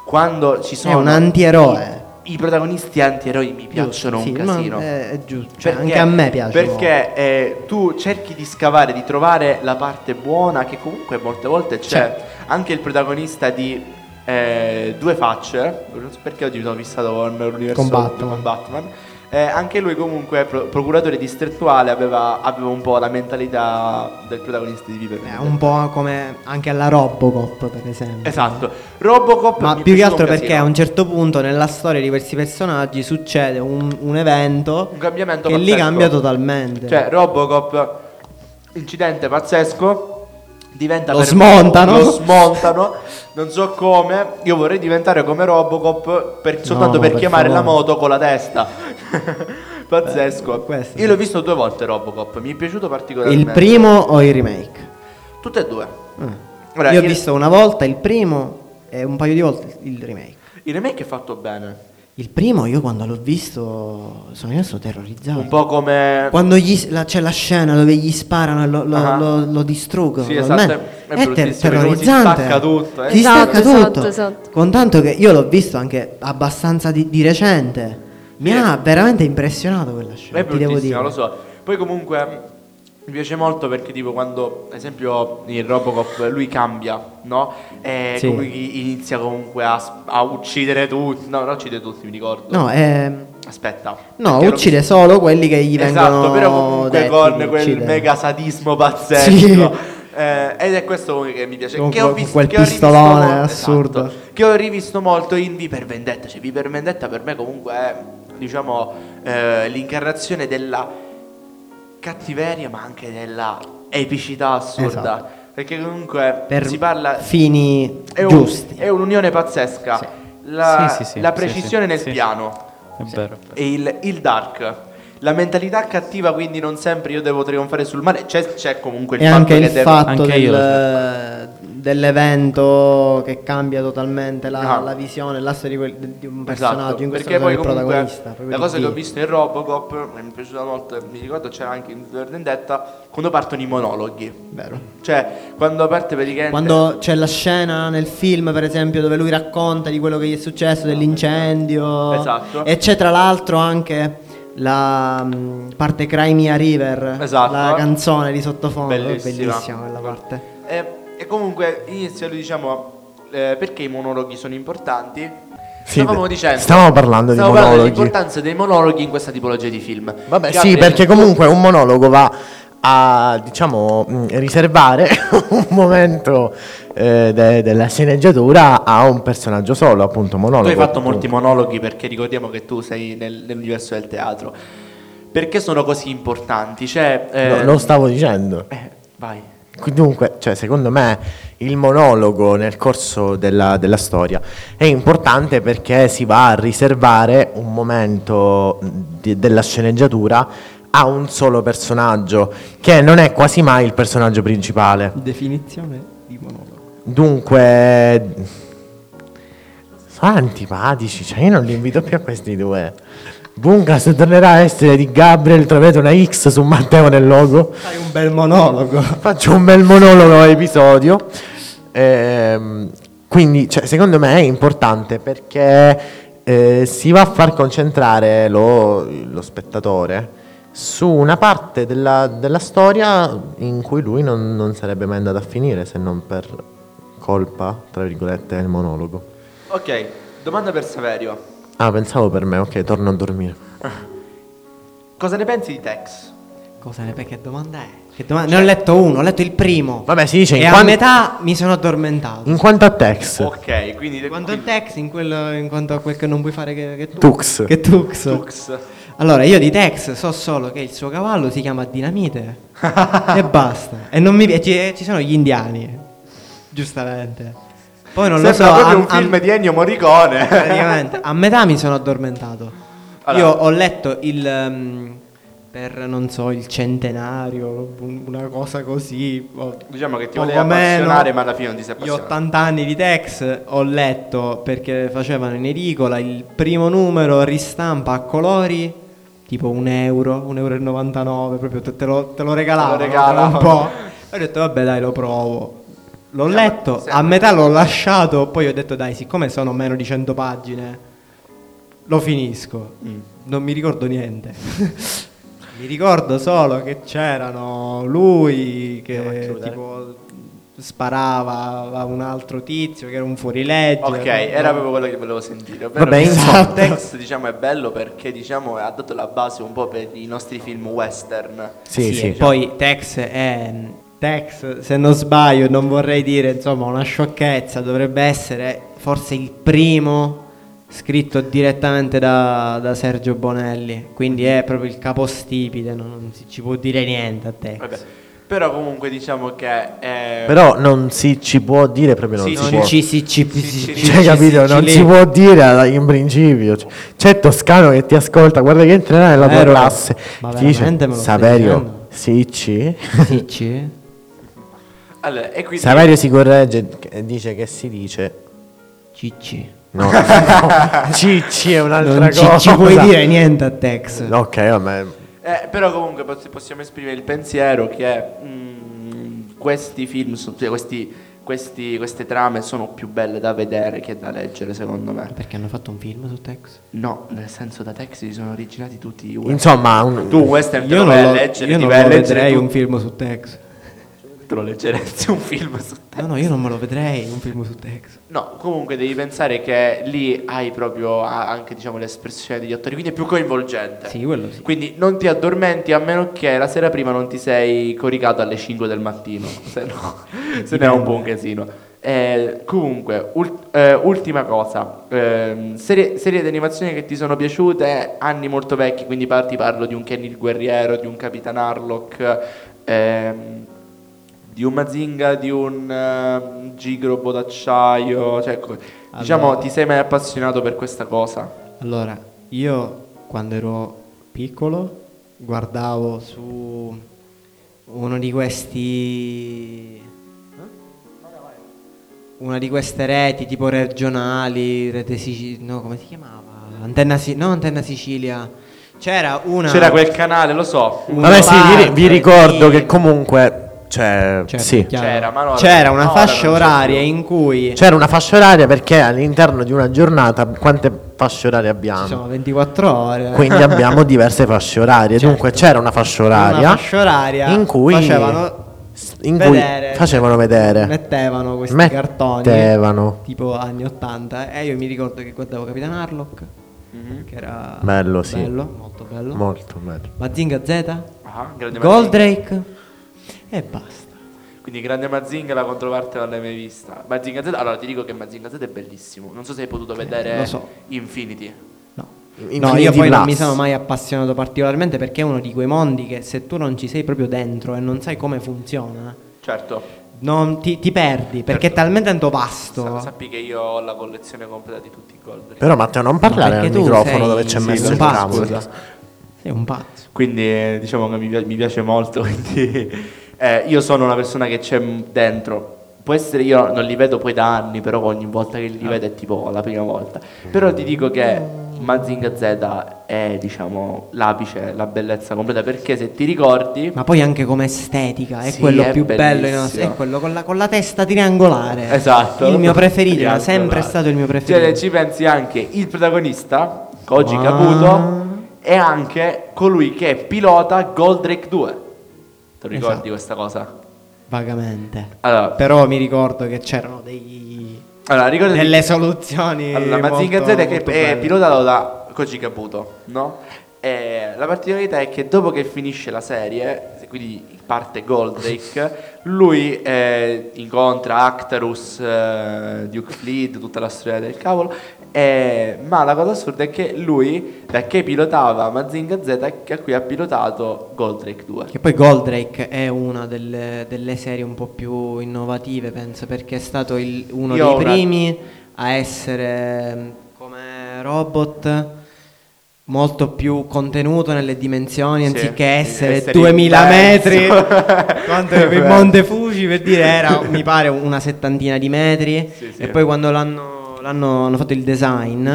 [SPEAKER 2] quando ci sono
[SPEAKER 4] un antieroe.
[SPEAKER 2] i, i protagonisti antieroi mi piacciono
[SPEAKER 4] Sì,
[SPEAKER 2] un
[SPEAKER 4] ma
[SPEAKER 2] casino.
[SPEAKER 4] è- è giusto, cioè,
[SPEAKER 2] Perché-
[SPEAKER 4] anche a me piace
[SPEAKER 2] Perché eh, tu cerchi di scavare, di trovare la parte buona che comunque molte volte c'è.
[SPEAKER 4] Certo.
[SPEAKER 2] Anche il protagonista di eh, Due facce, non so perché oggi mi sono fissato con l'universo
[SPEAKER 4] Con Batman.
[SPEAKER 2] con Batman. Eh, anche lui comunque, pro- procuratore distrettuale, aveva, aveva un po' la mentalità del protagonista di Viper.
[SPEAKER 4] È Eh, un po' come anche alla Robocop, per esempio.
[SPEAKER 2] Esatto. Robocop
[SPEAKER 4] Ma
[SPEAKER 2] mi è
[SPEAKER 4] più che
[SPEAKER 2] piaciuto
[SPEAKER 4] altro
[SPEAKER 2] un
[SPEAKER 4] perché a
[SPEAKER 2] casino.
[SPEAKER 4] un certo punto nella storia di questi personaggi succede un, un evento
[SPEAKER 2] Un cambiamento
[SPEAKER 4] che li
[SPEAKER 2] pazzesco.
[SPEAKER 4] cambia totalmente.
[SPEAKER 2] Cioè, Robocop, incidente pazzesco, diventa
[SPEAKER 4] Lo
[SPEAKER 2] per-
[SPEAKER 4] smontano.
[SPEAKER 2] Lo smontano, non so come. Io vorrei diventare come Robocop per- soltanto per,
[SPEAKER 4] per
[SPEAKER 2] chiamare la
[SPEAKER 4] favore.
[SPEAKER 2] moto con la
[SPEAKER 4] [LAUGHS]
[SPEAKER 2] testa. pazzesco.
[SPEAKER 4] Beh, questo
[SPEAKER 2] Io
[SPEAKER 4] sì.
[SPEAKER 2] l'ho visto due volte Robocop, mi è piaciuto particolarmente.
[SPEAKER 4] il primo o il remake?
[SPEAKER 2] Tutte e due.
[SPEAKER 4] Ah.
[SPEAKER 2] Ora,
[SPEAKER 4] Io ho
[SPEAKER 2] il-
[SPEAKER 4] visto una volta il primo e un paio di volte il remake.
[SPEAKER 2] Il remake è fatto bene.
[SPEAKER 4] Il primo io quando l'ho visto sono rimasto terrorizzato.
[SPEAKER 2] Un po' come...
[SPEAKER 4] Quando gli- la- c'è la scena dove gli sparano e lo, lo,
[SPEAKER 2] Ah.
[SPEAKER 4] lo- lo distruggono.
[SPEAKER 2] Sì, esatto,
[SPEAKER 4] almeno.
[SPEAKER 2] è- è
[SPEAKER 4] È, ter-
[SPEAKER 2] bruttissimo, perché poi si
[SPEAKER 4] terrorizzante.
[SPEAKER 2] stacca tutto, eh.
[SPEAKER 4] Si
[SPEAKER 5] Esatto,
[SPEAKER 4] stacca
[SPEAKER 5] esatto,
[SPEAKER 4] tutto.
[SPEAKER 5] esatto.
[SPEAKER 4] Contanto che io l'ho visto anche abbastanza di, di recente. Mi
[SPEAKER 2] Sì.
[SPEAKER 4] ha veramente impressionato quella
[SPEAKER 2] Ma
[SPEAKER 4] scena.
[SPEAKER 2] è
[SPEAKER 4] Ti devo
[SPEAKER 2] bruttissimo,
[SPEAKER 4] dire.
[SPEAKER 2] lo so. Poi comunque mh, mi piace molto perché tipo quando, ad esempio, il Robocop lui cambia, no? E
[SPEAKER 4] Sì.
[SPEAKER 2] comunque inizia comunque a, sp- a uccidere tutti. No, non uccide tutti, mi ricordo.
[SPEAKER 4] No, ehm,
[SPEAKER 2] Aspetta.
[SPEAKER 4] no,
[SPEAKER 2] perché ero-
[SPEAKER 4] uccide solo quelli che gli
[SPEAKER 2] Esatto,
[SPEAKER 4] vengono
[SPEAKER 2] però comunque
[SPEAKER 4] detti
[SPEAKER 2] con
[SPEAKER 4] di
[SPEAKER 2] quel
[SPEAKER 4] uccidere.
[SPEAKER 2] mega sadismo pazzesco.
[SPEAKER 4] Sì.
[SPEAKER 2] Eh, ed è questo che mi piace.
[SPEAKER 4] Con
[SPEAKER 2] che ho
[SPEAKER 4] quel-
[SPEAKER 2] visto,
[SPEAKER 4] quel
[SPEAKER 2] che ho rivisto
[SPEAKER 4] pistolone
[SPEAKER 2] mo-
[SPEAKER 4] assurdo.
[SPEAKER 2] esatto, che ho rivisto molto in V per Vendetta. Cioè, V per Vendetta per me comunque è, diciamo, eh, l'incarnazione della cattiveria, ma anche della epicità assurda.
[SPEAKER 4] Esatto.
[SPEAKER 2] Perché comunque
[SPEAKER 4] Per
[SPEAKER 2] si parla
[SPEAKER 4] fini
[SPEAKER 2] è, un-
[SPEAKER 4] giusti.
[SPEAKER 2] è un'unione pazzesca.
[SPEAKER 4] Sì.
[SPEAKER 2] La,
[SPEAKER 6] Sì, sì, sì,
[SPEAKER 2] la
[SPEAKER 6] sì,
[SPEAKER 2] precisione
[SPEAKER 6] sì,
[SPEAKER 2] nel
[SPEAKER 6] sì.
[SPEAKER 2] piano
[SPEAKER 6] È vero.
[SPEAKER 2] e il, il dark. La mentalità cattiva, quindi non sempre io devo trionfare sul male. C'è, c'è comunque il
[SPEAKER 4] e
[SPEAKER 2] fatto
[SPEAKER 4] anche
[SPEAKER 2] che
[SPEAKER 4] il
[SPEAKER 2] deve-
[SPEAKER 4] fatto
[SPEAKER 6] Anche io
[SPEAKER 4] del- dell'evento che cambia totalmente la,
[SPEAKER 2] No.
[SPEAKER 4] la visione, l'asse di, quel- di un
[SPEAKER 2] Ah. Esatto,
[SPEAKER 4] personaggio, in questo
[SPEAKER 2] perché
[SPEAKER 4] caso
[SPEAKER 2] poi
[SPEAKER 4] il
[SPEAKER 2] comunque
[SPEAKER 4] protagonista. proprio
[SPEAKER 2] la
[SPEAKER 4] di
[SPEAKER 2] cosa che
[SPEAKER 4] chi.
[SPEAKER 2] ho visto in Robocop e mi è piaciuta molto, mi ricordo c'era anche in Verde Vendetta quando partono i monologhi.
[SPEAKER 4] Vero.
[SPEAKER 2] Cioè, quando parte praticamente
[SPEAKER 4] Quando c'è la scena nel film, per esempio, dove lui racconta di quello che gli è successo, dell'incendio,
[SPEAKER 2] Ah, Esatto.
[SPEAKER 4] e c'è tra l'altro anche la mh, parte Cry Me a River,
[SPEAKER 2] Esatto.
[SPEAKER 4] la canzone di sottofondo,
[SPEAKER 2] Bellissima.
[SPEAKER 4] Oh, bellissima quella parte.
[SPEAKER 2] E, e comunque inizia lui diciamo eh, perché i monologhi sono importanti.
[SPEAKER 1] Sì,
[SPEAKER 2] stavamo
[SPEAKER 1] d-
[SPEAKER 2] dicendo
[SPEAKER 1] stavamo parlando di
[SPEAKER 2] stavamo parlando
[SPEAKER 1] monologhi.
[SPEAKER 2] dell'importanza dei monologhi in questa tipologia di film.
[SPEAKER 1] Vabbè, sì,
[SPEAKER 2] Gabriel,
[SPEAKER 1] perché
[SPEAKER 2] tu-
[SPEAKER 1] comunque un monologo va a diciamo mh, riservare [LAUGHS] un momento eh, de- della sceneggiatura a un personaggio solo, appunto monologo.
[SPEAKER 2] Tu hai fatto
[SPEAKER 1] appunto.
[SPEAKER 2] molti monologhi perché ricordiamo che tu sei nel- nell'universo del teatro. Perché sono così importanti? Cioè, eh,
[SPEAKER 1] No, lo stavo dicendo.
[SPEAKER 2] eh, vai.
[SPEAKER 1] Dunque, cioè, secondo me il monologo nel corso della, della storia è importante perché si va a riservare un momento mh, di- della sceneggiatura a un solo personaggio, che non è quasi mai il personaggio principale.
[SPEAKER 4] Definizione di monologo.
[SPEAKER 1] Dunque, sono antipatici, cioè io non li invito più a questi due. Bungas tornerà a essere di Gabriel, trovate una X su Matteo nel logo.
[SPEAKER 4] Fai un bel monologo.
[SPEAKER 1] Faccio un bel monologo a episodio. Ehm, quindi, cioè, secondo me è importante perché eh, si va a far concentrare lo, lo spettatore su una parte della, della storia in cui lui non, non sarebbe mai andato a finire se non per colpa, tra virgolette, del monologo.
[SPEAKER 2] Ok, domanda per Saverio.
[SPEAKER 1] Ah, pensavo per me, ok, torno a dormire.
[SPEAKER 2] Cosa ne pensi di Tex?
[SPEAKER 4] Cosa ne che domanda è? Che domanda- Ne ho letto uno, ho letto il primo.
[SPEAKER 1] Vabbè, si dice
[SPEAKER 4] e
[SPEAKER 1] in, Mm.
[SPEAKER 4] a
[SPEAKER 1] quan-
[SPEAKER 4] metà mi sono addormentato.
[SPEAKER 1] in quanto a Tex.
[SPEAKER 2] Ok, quindi
[SPEAKER 4] Quanto
[SPEAKER 2] quindi-
[SPEAKER 4] a Tex, in, quello- in quanto a quel che non puoi fare che, che tu.
[SPEAKER 1] Tux.
[SPEAKER 4] Che tux.
[SPEAKER 2] Tux.
[SPEAKER 4] Allora, io di Tex so solo che il suo cavallo si chiama Dinamite.
[SPEAKER 1] [LAUGHS]
[SPEAKER 4] e basta. E non mi pi- ci, ci sono gli indiani. Giustamente. Poi non
[SPEAKER 2] Sembra
[SPEAKER 4] lo so.
[SPEAKER 2] proprio
[SPEAKER 4] a-
[SPEAKER 2] un film
[SPEAKER 4] a,
[SPEAKER 2] di Ennio Morricone.
[SPEAKER 4] praticamente, a metà mi sono addormentato.
[SPEAKER 2] Allora.
[SPEAKER 4] Io ho letto il. ehm, per non so, il centenario, un- una cosa così. o
[SPEAKER 2] diciamo che ti
[SPEAKER 4] poco
[SPEAKER 2] voleva appassionare,
[SPEAKER 4] meno.
[SPEAKER 2] ma alla fine non ti sei
[SPEAKER 4] Gli
[SPEAKER 2] appassionato.
[SPEAKER 4] 80 anni di Tex ho letto perché facevano in edicola il primo numero ristampa a colori tipo un euro, un euro e 99, proprio te, te lo, te lo regalavano
[SPEAKER 2] Te lo regalavano.
[SPEAKER 4] per un po'. E ho detto vabbè dai lo provo. L'ho
[SPEAKER 2] Eh, ma
[SPEAKER 4] letto, a
[SPEAKER 2] sempre.
[SPEAKER 4] metà l'ho lasciato, poi ho detto dai siccome sono meno di 100 pagine lo finisco. Non mi ricordo niente. [LAUGHS] mi ricordo solo che c'erano lui
[SPEAKER 1] Andiamo a
[SPEAKER 4] che
[SPEAKER 1] chiudere.
[SPEAKER 4] tipo sparava a un altro tizio che era un fuorilegge.
[SPEAKER 2] Ok, era proprio quello che volevo sentire. ovvero
[SPEAKER 1] Vabbè,
[SPEAKER 2] che
[SPEAKER 1] insomma.
[SPEAKER 2] il Tex diciamo, è bello perché diciamo, ha dato la base un po' per i nostri film western.
[SPEAKER 1] Sì,
[SPEAKER 4] Sì, eh, cioè-
[SPEAKER 1] sì.
[SPEAKER 4] e Poi Tex è Tex, se non sbaglio, non vorrei dire, insomma, una sciocchezza, dovrebbe essere forse il primo scritto direttamente da, da Sergio Bonelli, quindi è proprio il capostipite, non, non si ci può dire niente a Tex.
[SPEAKER 2] Vabbè. Però comunque diciamo che... eh,
[SPEAKER 1] Però non si ci può dire proprio non
[SPEAKER 2] Sì,
[SPEAKER 1] si
[SPEAKER 2] sì,
[SPEAKER 1] può.
[SPEAKER 4] Non ci si ci
[SPEAKER 2] Sì, sì,
[SPEAKER 4] ci-
[SPEAKER 2] sì,
[SPEAKER 4] ci-
[SPEAKER 1] Cioè, capito?
[SPEAKER 4] ci-
[SPEAKER 1] Non
[SPEAKER 4] ci-
[SPEAKER 1] si può dire alla- in principio. Cioè, c'è Toscano che ti ascolta, guarda che entrerà nella tua
[SPEAKER 4] Vero.
[SPEAKER 1] classe.
[SPEAKER 4] Eh, Ma
[SPEAKER 1] Ti dice,
[SPEAKER 4] veramente me lo stai
[SPEAKER 1] Saverio,
[SPEAKER 4] dicendo?" [LAUGHS]
[SPEAKER 1] Sicci.
[SPEAKER 4] Sì, ci-
[SPEAKER 2] allora, e quindi...
[SPEAKER 1] Saverio si corregge e dice che si dice.
[SPEAKER 4] Cicci. [LAUGHS]
[SPEAKER 1] No, Cicci è un'altra
[SPEAKER 4] Non ci,
[SPEAKER 1] cosa.
[SPEAKER 4] ci puoi dire niente a Tex.
[SPEAKER 1] No, Ok, vabbè.
[SPEAKER 2] Eh, però comunque poss- possiamo esprimere il pensiero che mm, questi film, so- cioè questi- questi- queste trame sono più belle da vedere che da leggere secondo me.
[SPEAKER 4] Perché hanno fatto un film su Tex?
[SPEAKER 2] No, nel senso da Tex si sono originati tutti i western.
[SPEAKER 1] Insomma, un-
[SPEAKER 2] Tu western te
[SPEAKER 4] Io
[SPEAKER 2] lo
[SPEAKER 4] non
[SPEAKER 2] Certo, vai
[SPEAKER 4] lo,
[SPEAKER 2] a leggere,
[SPEAKER 4] io
[SPEAKER 2] ti
[SPEAKER 4] non
[SPEAKER 2] vai a
[SPEAKER 4] lo
[SPEAKER 2] leggere
[SPEAKER 4] vedrei
[SPEAKER 2] tu-
[SPEAKER 4] un film su Tex.
[SPEAKER 2] te lo leggeresti un film su Tex.
[SPEAKER 4] No, no, io non me lo vedrei un film su Tex.
[SPEAKER 2] No, comunque devi pensare che lì hai proprio a- anche diciamo, l'espressione degli attori, quindi è più coinvolgente.
[SPEAKER 4] Sì, quello sì.
[SPEAKER 2] Quindi non ti addormenti a meno che la [LAUGHS] sera prima non ti sei coricato alle 5 del mattino, se no, se no è un buon casino. Eh, comunque, ul- eh, ultima cosa, ehm, serie, serie di animazioni che ti sono piaciute, anni molto vecchi, quindi parti parlo di un Kenny il Guerriero, di un Capitan Harlock, ehm, di un Mazinga, di un ehm, Gigrobo d'acciaio, cioè, co- diciamo
[SPEAKER 4] Allora.
[SPEAKER 2] ti sei mai appassionato per questa cosa?
[SPEAKER 4] Allora, io quando ero piccolo guardavo su uno di questi... eh? Una di queste reti tipo regionali, rete Sicilia, no come si chiamava? Antenna, Si- no, Antenna Sicilia. C'era una...
[SPEAKER 2] C'era quel canale, lo so,
[SPEAKER 4] un
[SPEAKER 1] Vabbè, sì, vi, ri- vi
[SPEAKER 4] parco,
[SPEAKER 1] ricordo
[SPEAKER 4] sì.
[SPEAKER 1] che comunque. Cioè,
[SPEAKER 4] Certo,
[SPEAKER 1] sì.
[SPEAKER 4] chiaro.
[SPEAKER 2] C'era, ma no,
[SPEAKER 4] C'era una
[SPEAKER 2] no, ora non c'è
[SPEAKER 4] fascia oraria in cui
[SPEAKER 1] C'era una fascia oraria perché all'interno di una giornata quante fasce orarie abbiamo?
[SPEAKER 4] ci sono 24 ore.
[SPEAKER 1] Quindi abbiamo diverse fasce orarie. Dunque c'era una fascia oraria,
[SPEAKER 4] [LAUGHS] Certo. Una fascia oraria
[SPEAKER 1] in cui
[SPEAKER 4] facevano
[SPEAKER 1] s- in cui
[SPEAKER 4] vedere,
[SPEAKER 1] facevano vedere.
[SPEAKER 4] mettevano questi cartoni
[SPEAKER 1] Mettevano.
[SPEAKER 4] tipo anni 80 e io mi ricordo che guardavo Capitan Harlock
[SPEAKER 2] Mhm.
[SPEAKER 4] che era
[SPEAKER 1] Bello, sì.
[SPEAKER 4] bello, molto bello.
[SPEAKER 1] Molto bello.
[SPEAKER 4] Mazinga Z,
[SPEAKER 2] Ah, grande Mazinga.
[SPEAKER 4] Goldrake e basta.
[SPEAKER 2] Quindi grande Mazinga, la controparte non l'hai mai vista. Mazinga Z, allora ti dico che Mazinga Z è bellissimo. Non so se hai potuto vedere
[SPEAKER 4] lo so.
[SPEAKER 2] Infinity.
[SPEAKER 4] No. No,
[SPEAKER 1] Infinity
[SPEAKER 4] io poi non
[SPEAKER 1] Blast.
[SPEAKER 4] mi sono mai appassionato particolarmente perché è uno di quei mondi che se tu non ci sei proprio dentro e non sai come funziona,
[SPEAKER 2] Certo,
[SPEAKER 4] non ti, ti perdi perché è
[SPEAKER 2] Certo.
[SPEAKER 4] talmente tanto vasto.
[SPEAKER 2] sa- sappi che io ho la collezione completa di tutti i Goldrake.
[SPEAKER 1] Però Matteo non
[SPEAKER 4] Ma
[SPEAKER 1] parlare al
[SPEAKER 4] perché tu
[SPEAKER 1] microfono
[SPEAKER 4] sei-
[SPEAKER 1] dove c'è
[SPEAKER 4] sei
[SPEAKER 1] messo
[SPEAKER 4] un
[SPEAKER 1] il
[SPEAKER 4] pazzo.
[SPEAKER 1] cavolo.
[SPEAKER 4] Sei un pazzo.
[SPEAKER 2] Quindi eh, diciamo che mi, pi- mi piace molto. [LAUGHS] Quindi, eh, io sono una persona che c'è m- dentro. Può essere io non li vedo poi da anni, però ogni volta che
[SPEAKER 4] Ah.
[SPEAKER 2] li vedo è tipo la prima volta. Però ti dico che
[SPEAKER 4] Mm.
[SPEAKER 2] Mazinga Z è diciamo l'apice, la bellezza completa. Perché se ti ricordi.
[SPEAKER 4] Ma poi anche come estetica, è
[SPEAKER 2] Sì,
[SPEAKER 4] quello
[SPEAKER 2] è
[SPEAKER 4] più bello in assoluto,
[SPEAKER 2] bellissimo.
[SPEAKER 4] è quello con la, con la testa triangolare.
[SPEAKER 2] Esatto.
[SPEAKER 4] Eh, Il mio preferito,
[SPEAKER 2] Triangolare.
[SPEAKER 4] è sempre stato il mio preferito.
[SPEAKER 2] Cioè, ci pensi anche il protagonista, Koji
[SPEAKER 4] Ah.
[SPEAKER 2] Kabuto, e anche colui che pilota Goldrake 2. Ti ricordi
[SPEAKER 4] Esatto.
[SPEAKER 2] questa cosa?
[SPEAKER 4] Vagamente.
[SPEAKER 2] Allora,
[SPEAKER 4] Però mi ricordo che c'erano dei...
[SPEAKER 2] allora ricordati
[SPEAKER 4] delle soluzioni.
[SPEAKER 2] Allora, Mazinga Z
[SPEAKER 4] molto-
[SPEAKER 2] è, che
[SPEAKER 4] molto
[SPEAKER 2] è
[SPEAKER 4] belle.
[SPEAKER 2] pilotato da Koji Kabuto, no? E la particolarità è che dopo che finisce la serie, se- quindi parte Goldrake, lui eh, incontra Actarus, eh, Duke Fleet, tutta la storia del cavolo, eh, ma la cosa assurda è che lui, da che pilotava Mazinga Z, che a cui ha pilotato Goldrake 2.
[SPEAKER 4] Che poi Goldrake è una delle, delle serie un po' più innovative, penso, perché è stato il- uno
[SPEAKER 2] Io ho
[SPEAKER 4] dei
[SPEAKER 2] una-
[SPEAKER 4] primi a essere mh, come robot molto più contenuto nelle dimensioni
[SPEAKER 2] Sì,
[SPEAKER 4] anziché
[SPEAKER 2] quindi
[SPEAKER 4] essere,
[SPEAKER 2] essere
[SPEAKER 4] 2000
[SPEAKER 2] [LAUGHS]
[SPEAKER 4] metri
[SPEAKER 2] immenso.
[SPEAKER 4] quanto era il
[SPEAKER 2] Vero.
[SPEAKER 4] Monte Fuji per dire era mi pare una settantina di metri
[SPEAKER 2] Sì, sì.
[SPEAKER 4] e poi quando l'hanno, l'hanno- hanno fatto il design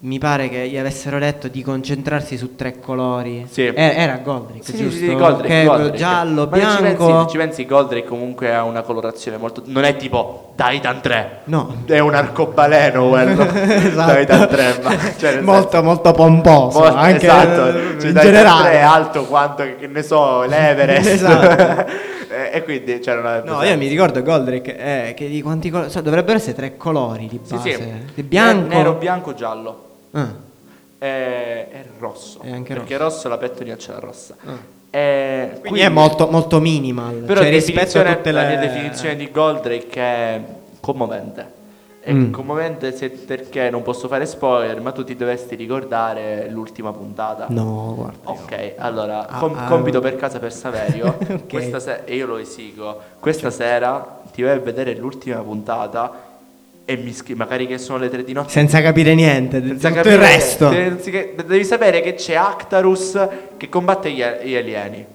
[SPEAKER 4] mi pare che gli avessero detto di concentrarsi su tre colori
[SPEAKER 2] Sì.
[SPEAKER 4] E- era Goldrake
[SPEAKER 2] Sì, sì,
[SPEAKER 4] giusto?
[SPEAKER 2] sì, sì, Goldrake,
[SPEAKER 4] Che è
[SPEAKER 2] Goldrake.
[SPEAKER 4] giallo,
[SPEAKER 2] Ma non ci pensi-
[SPEAKER 4] bianco.
[SPEAKER 2] Ci pensi, Goldrake comunque ha una colorazione molto. Non è tipo Titan 3.
[SPEAKER 4] No.
[SPEAKER 2] È un
[SPEAKER 4] [LAUGHS]
[SPEAKER 2] arcobaleno quello.
[SPEAKER 4] Esatto.
[SPEAKER 2] Titan 3. Ma, [LAUGHS] cioè, nel
[SPEAKER 4] molto,
[SPEAKER 2] senso-
[SPEAKER 4] molto pomposo.
[SPEAKER 2] molto-
[SPEAKER 4] anche
[SPEAKER 2] esatto.
[SPEAKER 4] eh,
[SPEAKER 2] Cioè,
[SPEAKER 4] in
[SPEAKER 2] Titan 3 è
[SPEAKER 4] generale.
[SPEAKER 2] alto quanto che ne so, l'Everest.
[SPEAKER 4] Esatto.
[SPEAKER 2] [LAUGHS] e, e quindi cioè, c'era una.
[SPEAKER 4] No, io mi ricordo Goldrake eh, che di quanti colori. cioè, dovrebbero essere tre colori di
[SPEAKER 2] Sì,
[SPEAKER 4] base:
[SPEAKER 2] sì.
[SPEAKER 4] Ah, Di bianco,
[SPEAKER 2] Ne- Nero, bianco, giallo.
[SPEAKER 4] Ah,
[SPEAKER 2] E, e rosso.
[SPEAKER 4] E anche
[SPEAKER 2] perché rosso. la pettonia ce l'ha rossa. Eh,
[SPEAKER 4] Ah.
[SPEAKER 2] E
[SPEAKER 4] quindi, è molto, molto minimal.
[SPEAKER 2] Però
[SPEAKER 4] cioè,
[SPEAKER 2] la
[SPEAKER 4] rispetto a
[SPEAKER 2] definizione-
[SPEAKER 4] tutte
[SPEAKER 2] la
[SPEAKER 4] le
[SPEAKER 2] mia definizione di Goldrake è commovente. È
[SPEAKER 4] Mm.
[SPEAKER 2] commovente se- perché non posso fare spoiler, ma tu ti dovresti ricordare l'ultima puntata.
[SPEAKER 4] No, guarda.
[SPEAKER 2] Ok, allora,
[SPEAKER 4] Ah,
[SPEAKER 2] com-
[SPEAKER 4] ah.
[SPEAKER 2] compito per casa per Saverio.
[SPEAKER 4] [LAUGHS] Ok. Cioè.
[SPEAKER 2] Questa se- e io lo esigo. Questa sera ti vai a vedere l'ultima puntata e mi scri- magari che sono le tre di notte.
[SPEAKER 4] Senza capire niente, di
[SPEAKER 2] Senza
[SPEAKER 4] tutto
[SPEAKER 2] capire
[SPEAKER 4] il resto.
[SPEAKER 2] niente. Anzi che- devi sapere che c'è Actarus che combatte gli, gli alieni.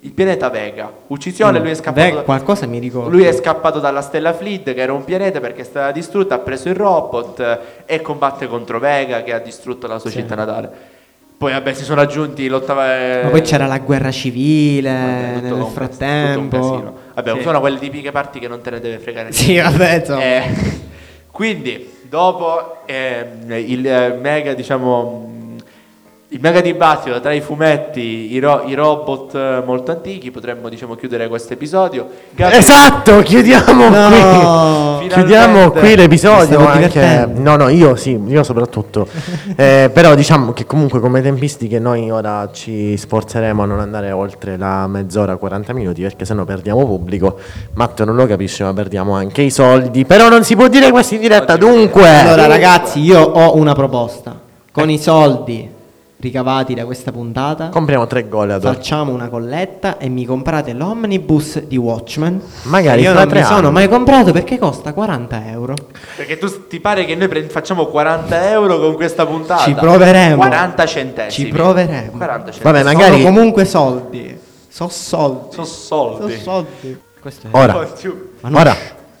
[SPEAKER 2] Il pianeta Vega. Uccisione,
[SPEAKER 4] Mm.
[SPEAKER 2] lui è scappato.
[SPEAKER 4] Beh,
[SPEAKER 2] da-
[SPEAKER 4] qualcosa mi ricordo.
[SPEAKER 2] lui è scappato dalla stella Fleet, che era un pianeta perché è stata distrutta, ha preso il robot eh, e combatte contro Vega che ha distrutto la sua
[SPEAKER 4] Sì.
[SPEAKER 2] città natale. Poi vabbè, si sono aggiunti l'ottava
[SPEAKER 4] Ma poi c'era la guerra
[SPEAKER 2] Vabbè,
[SPEAKER 4] civile
[SPEAKER 2] tutto un
[SPEAKER 4] nel
[SPEAKER 2] cas- tutto un casino.
[SPEAKER 4] frattempo.
[SPEAKER 2] Vabbè,
[SPEAKER 4] Sì.
[SPEAKER 2] sono quelle tipiche parti che non te ne deve fregare
[SPEAKER 4] Sì, vabbè, insomma.
[SPEAKER 2] Eh, [LAUGHS] quindi, dopo ehm, il eh, mega, diciamo, mh, Il mega dibattito tra i fumetti, i, ro- i robot eh, molto antichi, potremmo diciamo chiudere questo episodio. Gabri-
[SPEAKER 1] Esatto, chiudiamo
[SPEAKER 4] No.
[SPEAKER 1] qui.
[SPEAKER 2] Finalmente.
[SPEAKER 1] Chiudiamo qui l'episodio
[SPEAKER 4] Stavo
[SPEAKER 1] anche.
[SPEAKER 4] divertendo.
[SPEAKER 1] No, no, io sì, io
[SPEAKER 4] [LAUGHS]
[SPEAKER 1] soprattutto. Eh, però diciamo che comunque come tempistiche noi ora ci sforzeremo a non andare oltre la mezz'ora 40 minuti perché sennò perdiamo pubblico. Matteo non lo capisce, ma perdiamo anche i soldi. Però non si può dire questo in diretta. Dunque,
[SPEAKER 4] Allora, ragazzi, io ho una proposta. Con i soldi ricavati da questa puntata,
[SPEAKER 1] compriamo tre gol ad oggi.
[SPEAKER 4] facciamo una colletta e mi comprate l'omnibus di Watchmen.
[SPEAKER 1] Magari
[SPEAKER 4] Io
[SPEAKER 1] fra
[SPEAKER 4] non
[SPEAKER 1] tre
[SPEAKER 4] mi sono
[SPEAKER 1] anni.
[SPEAKER 4] mai comprato perché costa 40 euro.
[SPEAKER 2] Perché tu s- ti pare che noi pre- facciamo 40 euro con questa puntata?
[SPEAKER 4] Ci proveremo.
[SPEAKER 2] 40 centesimi.
[SPEAKER 4] Ci proveremo.
[SPEAKER 2] 40 centesimi.
[SPEAKER 1] Vabbè, magari.
[SPEAKER 4] Sono comunque soldi. So soldi.
[SPEAKER 2] Sono soldi.
[SPEAKER 4] So soldi. Questo è
[SPEAKER 1] Ora,
[SPEAKER 2] Oddio.
[SPEAKER 4] Manush.
[SPEAKER 1] ora.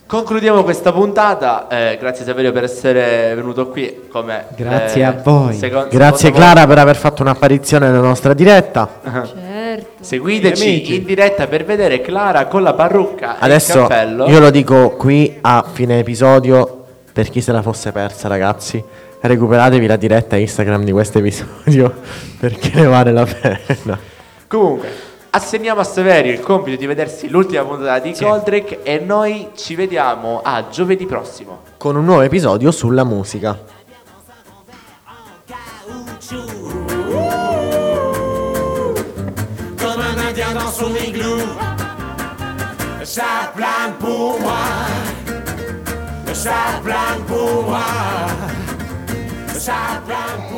[SPEAKER 2] Concludiamo questa puntata. eh, grazie Saverio per essere venuto qui. Come,
[SPEAKER 4] Grazie
[SPEAKER 2] eh,
[SPEAKER 4] a voi.
[SPEAKER 2] secon-
[SPEAKER 1] Grazie
[SPEAKER 2] secondo
[SPEAKER 1] Clara per aver fatto un'apparizione nella nostra diretta.
[SPEAKER 2] Ah.
[SPEAKER 5] Certo.
[SPEAKER 2] Seguiteci
[SPEAKER 4] Amici.
[SPEAKER 2] in diretta per vedere Clara con la parrucca e il
[SPEAKER 1] Adesso
[SPEAKER 2] cappello.
[SPEAKER 1] io lo dico qui a fine episodio per chi se la fosse persa, ragazzi. Recuperatevi la diretta Instagram di questo episodio [LAUGHS] perché ne vale la pena.
[SPEAKER 2] Comunque, assegniamo a Saverio il compito di vedersi l'ultima puntata di Goldrake e noi ci vediamo a giovedì prossimo.
[SPEAKER 1] Con un nuovo episodio sulla musica.
[SPEAKER 3] comme un indien dans son igloo. Ça plane pour moi, ça plane pour moi, ça plane pour moi.